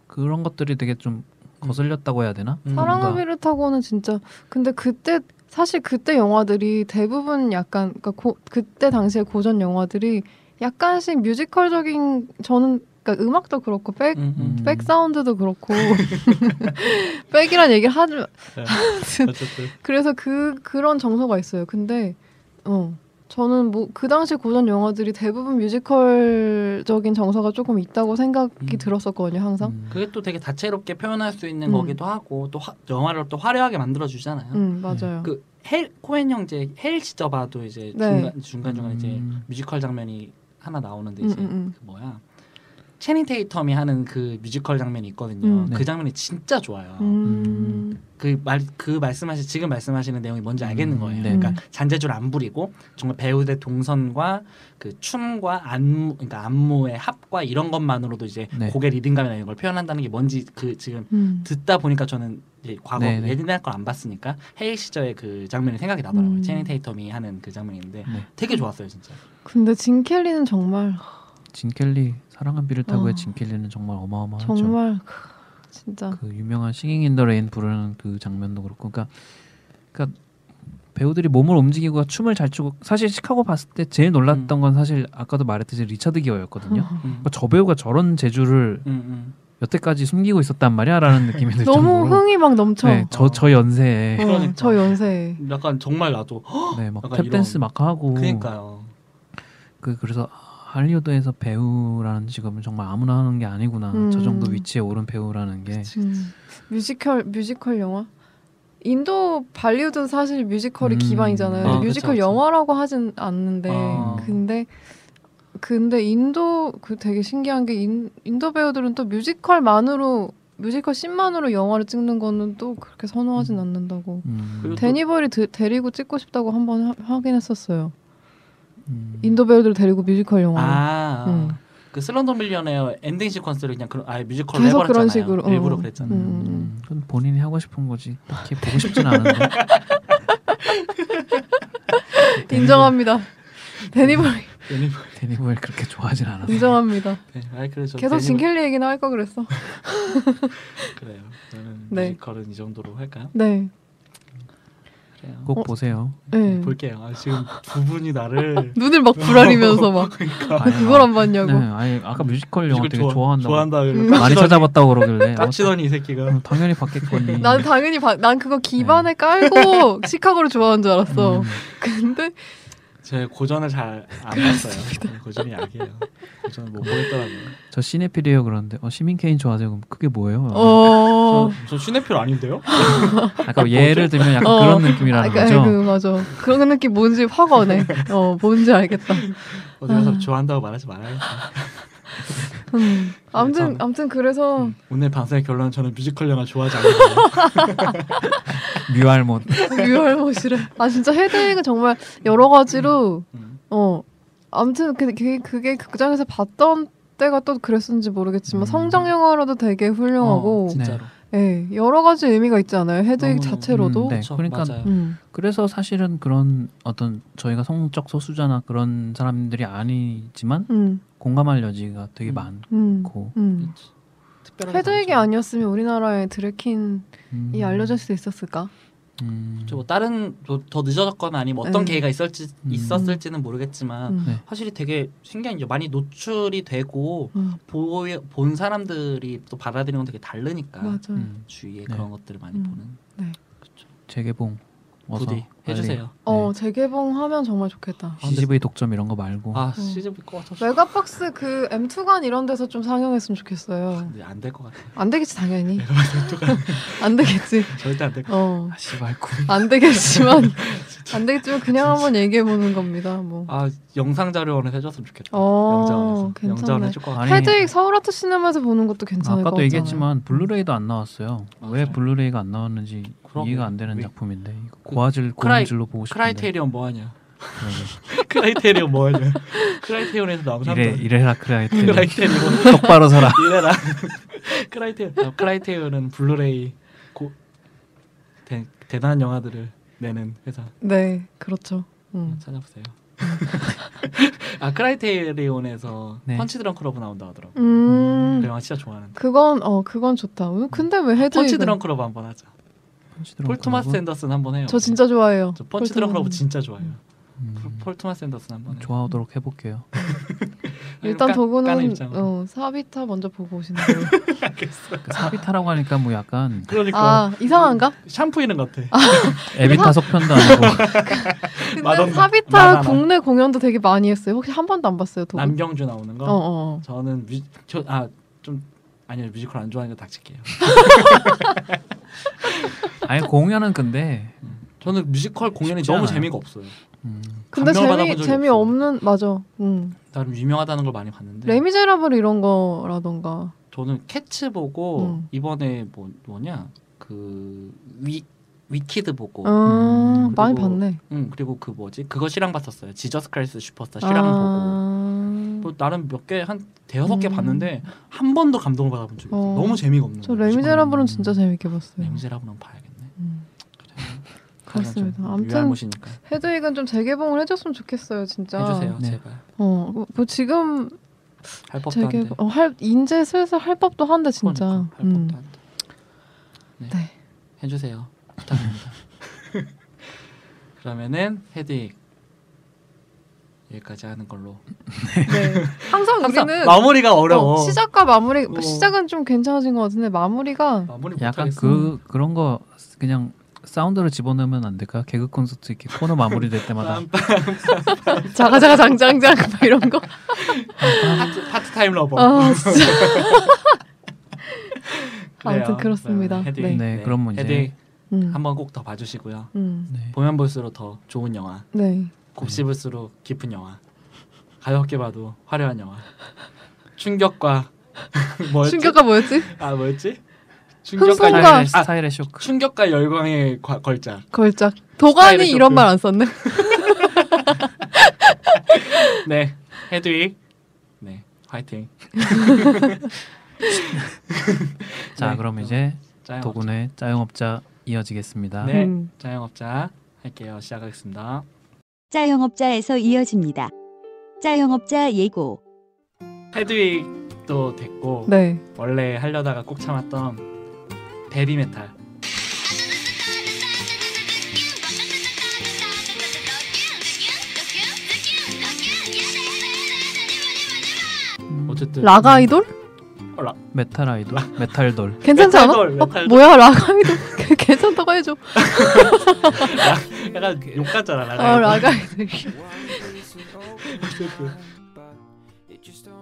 그런 것들이 되게 좀 거슬렸다고 해야 되나? 음. 사랑을 뭔가. 비롯하고는 진짜 근데 그때 사실 그때 영화들이 대부분 약간 그러니까 고- 그때 당시에 고전 영화들이 약간씩 뮤지컬적인 저는 그러니까 음악도 그렇고 백 음, 음. 음. 백사운드도 그렇고 백이란 얘기를 하지만 네. 하여튼 어쨌든 그래서 그 그런 정서가 있어요. 근데 어 저는 뭐 그 당시 고전 영화들이 대부분 뮤지컬적인 정서가 조금 있다고 생각이 음. 들었었거든요. 항상. 음. 그게 또 되게 다채롭게 표현할 수 있는 음. 거기도 하고 또 화- 영화를 또 화려하게 만들어 주잖아요. 음 맞아요. 그 헬, 코엔 형제 헬 지저바도 이제 네. 중간 중간 중간 이제 음. 뮤지컬 장면이 하나 나오는데 음, 이제 음, 음. 그 뭐야 체니 테이텀이 하는 그 뮤지컬 장면이 있거든요. 음. 그 네. 장면이 진짜 좋아요. 음. 그 말 그 말씀하시 지금 말씀하시는 내용이 뭔지 음, 알겠는 거예요. 네. 그러니까 잔재주를 안 부리고 정말 배우들의 동선과 그 춤과 안무 그러니까 안무의 합과 이런 것만으로도 이제 네. 곡의 리듬감이나 이런 걸 표현한다는 게 뭔지 그 지금 음. 듣다 보니까 저는 이제 과거 네네. 옛날 걸 안 봤으니까 해일 시절의 그 장면이 생각이 나더라고요. 음. 체닝 테이텀이 하는 그 장면인데 네. 되게 좋았어요 진짜. 근데 진 켈리는 정말 진 켈리 사랑한 비를 타고의 어. 진 켈리는 정말 어마어마하죠. 정말 크, 진짜 그 유명한 싱잉 인 더 레인 부르는 그 장면도 그렇고 그러니까 그러니까 배우들이 몸을 움직이고 춤을 잘 추고 사실 시카고 봤을 때 제일 놀랐던 건 사실 아까도 말했듯이 리차드 기어였거든요. 어. 음. 그러니까 저 배우가 저런 재주를 음, 음. 여태까지 숨기고 있었단 말이야라는 느낌이 들 너무 정도로 흥이 막 넘쳐. 네, 저, 저 연세에 어, 그러니까. 저 연세. 약간 정말 나도 네, 막 어? 약간 탭댄스 이런- 막 하고 그러니까요. 그 그래서 아, 할리우드에서 배우라는 직업은 정말 아무나 하는 게 아니구나. 음. 저 정도 위치에 오른 배우라는 게 음. 뮤지컬 뮤지컬 영화? 인도 발리우드는 사실 뮤지컬이 음. 기반이잖아요. 아, 그쵸, 뮤지컬 그쵸. 영화라고 하진 않는데 아. 근데 근데 인도 그 되게 신기한 게 인, 인도 배우들은 또 뮤지컬만으로 뮤지컬 씬만으로 영화를 찍는 거는 또 그렇게 선호하진 음. 않는다고. 음, 그리고- 데니버리 드- 데리고 찍고 싶다고 한번 하- 하긴 했었어요. 음, 인도 배우들 데리고 뮤지컬 영화. 아. 음. 그 슬럼더 밀리언의 엔딩 시퀀스를 그냥 그런 아예 뮤지컬로 계속 해버렸잖아요. 그런 식으로, 어. 일부러 그랬잖아요. 음. 음, 그건 본인이 하고 싶은 거지. 딱히 보고 싶진 않은데. 인정합니다. 데니버리 데니- 데니보일 그렇게 좋아하진 않았어. 인정합니다. 네, 아이 예, 그래서 계속 데니- 진켈리 얘기나 할 걸 그랬어. 그래요. 저는 네. 뮤지컬은 이 정도로 할까요? 네. 그래요. 꼭 어? 보세요. 네. 볼게요. 아, 지금 두 분이 나를 눈을 막 불아리면서 막 그러니까 왜 그걸 안 봤냐고. 네, 아니 아까 뮤지컬 영화 이걸 되게 좋아- 좋아한다고 좋아한다. 음. 많이 찾아봤다고 그러길래 어, 까치더니 이 새끼가. 어, 당연히 봤겠거니. 난 당연히 봐, 난 그거 네. 기반에 깔고 시카고를 좋아하는 줄 음. 알았어. 근데 제 고전을 잘 안 봤어요. 네, 고전이 약이에요. 고전을 못 보겠더라고요. 저 시네필이에요 그런데 어, 시민 케인 좋아하세요? 그럼 그게 뭐예요? 어. 저- 저 시네필 아닌데요? 아까 예를 들면 약간 어. 그런 아, 느낌이라는 그, 거죠. 그, 맞아. 그런 느낌 뭔지 확 오네. 어, 뭔지 알겠다. 어디 가서 아. 좋아한다고 말하지 말아야겠다. 음. 아무튼 저는- 아무튼 그래서 오늘 방송의 결론은 저는 뮤지컬 영화 좋아하지 않아요. 뮤알못. 뮤얼모시를 그 아 진짜 헤드윙은 정말 여러 가지로 음. 어 아무튼 근데 그게, 그게 극장에서 봤던 때가 또 그랬었는지 모르겠지만 음. 네. 성장 영화로도 되게 훌륭하고 어, 진짜로. 예 여러 가지 의미가 있지 않아요 헤드윙 어, 자체로도 음, 네, 그쵸, 그러니까 맞아요. 음. 그래서 사실은 그런 어떤 저희가 성적 소수자나 그런 사람들이 아니지만 음, 공감할 여지가 되게 음. 음, 많고 음. 특별하게 헤드윅이 다르죠. 아니었으면 우리나라에 드래킨이 음. 알려질 수 있었을까? 음. 저뭐 다른 더, 더 늦어졌거나 아니면 뭐 어떤 네. 계기가 있었지 음. 있었을지는 모르겠지만 음. 네. 확실히 되게 신기한 게 많이 노출이 되고 음, 보, 본 사람들이 또 받아들이는 건 되게 다르니까 맞아. 음. 주위에 네. 그런 것들을 많이 음. 보는 재개봉 어서 부디 빨리. 해주세요. 네. 어 재개봉하면 정말 좋겠다. 근데- CGV 독점 이런 거 말고 아 시즌 꺼져. 메가박스 그 M2관 이런 데서 좀 상영했으면 좋겠어요. 근데 안될 것 같아. 안 되겠지 당연히. 안 되겠지. 절대 안될 것. 어. 같아. 아 씨발 구. 안 되겠지만 안 되겠지만 그냥 한번 얘기해 보는 겁니다. 뭐. 아 영상 자료원을 해줬으면 좋겠다. 어, 영자원에서 괜찮네. 영자원 해줄 것 같아. 아니, 헤드윅 서울 아트 시네마에서 보는 것도 괜찮을 것 아까도 같아요. 얘기했지만 블루레이도 안 나왔어요. 왜 음. 맞아요. 블루레이가 안 나왔는지 그러게. 이해가 안 되는 왜? 그 작품인데 이거 고화질 크라이- 고음질로 보고 싶은데 크라이테리온 뭐하냐? 네, 크라이테리온 뭐하냐? 크라이테리온에서 나온 네. 이래 사람들. 이래라 크라이테리온 크라이테리온. 똑바로 서라. 이래라. 크라이테오 아, 크라이테오는 블루레이 고, 대, 대단한 영화들을 내는 회사 네, 그렇죠. 음. 찾아보세요. 아 크라이테리온에서 네. 펀치 드렁크 러브 나온다 하더라고. 음. 그 영화 진짜 좋아하는데. 그건 어 그건 좋다. 음, 근데 왜 헤드? 펀치 드렁크 러브 한번 하자. 폴 토마스 음, 앤더슨 한번 해요. 저 진짜 좋아해요. 저 펀치 폴 드렁크 러브 토마스. 진짜 좋아해요. 폴 토마스 앤더슨 한번 해요. 음. 좋아하도록 해볼게요. 일단 까는 도구는 입장으로. 어, 사비타 먼저 보고 오시는 거예요. 그러니까 사비타라고 하니까 뭐 약간 그러니까 아 이상한가? 샴푸이는 같아. 에비타 속편도 아니고 근데 맛없나? 사비타 맛안 국내 공연도 되게 많이 했어요. 혹시 한 번도 안 봤어요 도구? 남경주 나오는 거. 어, 어. 저는 뮤, 저, 아, 좀 아니요 뮤지컬 안 좋아하니까 닥칠게요. 아예 공연은 근데 저는 뮤지컬 공연이 쉽지 너무 않아요. 재미가 없어요. 음, 근데 감명을 받아본 재미 적이 재미 없는 맞아. 음. 나름 유명하다는 걸 많이 봤는데 레미제라블 이런 거라던가. 저는 캐츠 보고 음. 이번에 뭐, 뭐냐 그 위, 위키드 보고 아, 음, 많이 그리고 봤네. 응, 그리고 아. 그 뭐지 그거 실랑 봤었어요 지저스 크라이스 슈퍼스타 실랑 랑 보고 뭐 나름 몇 개 한 대여섯 개 음. 봤는데 한 번도 감동을 받아본 적이 없어요. 어. 너무 재미가 없는 저 거예요. 레미제라블은 진짜 재밌게 봤어요. 레미제라블 한번 봐야겠네. 음. 그렇습니다. 그렇습니다. 아무튼 유알못이니까 헤드윅은 좀 재개봉을 해줬으면 좋겠어요, 진짜. 해주세요 네. 제발. 어, 뭐- 뭐 지금 할 법도 한데. 재개봉, 어, 할 인제 슬슬 할 법도 한데 진짜. 그러니까, 할 음. 법도 한데. 네. 네. 해주세요. 부탁합니다. 그러면은 헤딩 여기까지 하는 걸로. 네. 항상 항상 우리는 마무리가 어려워. 어, 시작과 마무리 어. 시작은 좀 괜찮아진 것 같은데 마무리가 마무리 약간 못하겠어. 그 그런 거 그냥 사운드를 집어넣으면 안 될까? 개그 콘서트 이렇게 코너 마무리될 때마다 빰, 빰, 어, 자가자가 장장장 막 이런 거. 파트, 파트 타임 러버. 아 진짜. 그래요. 아무튼 그렇습니다. 헤딩. 네. 네, 그런 문제. 헤딩 음. 한번 꼭 더 봐주시고요. 음. 네. 보면 볼수록 더 좋은 영화, 네. 곱씹을수록 깊은 영화, 가볍게 봐도 화려한 영화, 충격과 뭐였지? 충격가 뭐였지? 아 뭐였지? 흥분과- 충격과 스타일의, 아, 스타일의 쇼크. 충격과 열광의 과- 걸작. 걸작. 도가니 스타일의 이런 쇼크. 말 안 썼네. 네, 헤드윅. 네, 화이팅. 자, 네. 그럼 이제 짜영업자. 도군의 짜영업자 이어지겠습니다. 네, 음. 짜영업자 할게요. 시작하겠습니다. 짜영업자에서 이어집니다. 짜영업자 예고. 헤드윅도 됐고 네. 원래 하려다가 꼭 참았던 베비 메탈. 음, 어쨌든 락 아이돌? 메탈 아이돌, 메탈돌. 괜찮지 않아? 메탈돌, 어, 메탈돌. 뭐야 락 아이돌? 걔- 괜찮다고 해줘. 약간 욕 같잖아. 락 어, 아이돌. 락 아이돌. 어쨌든. It just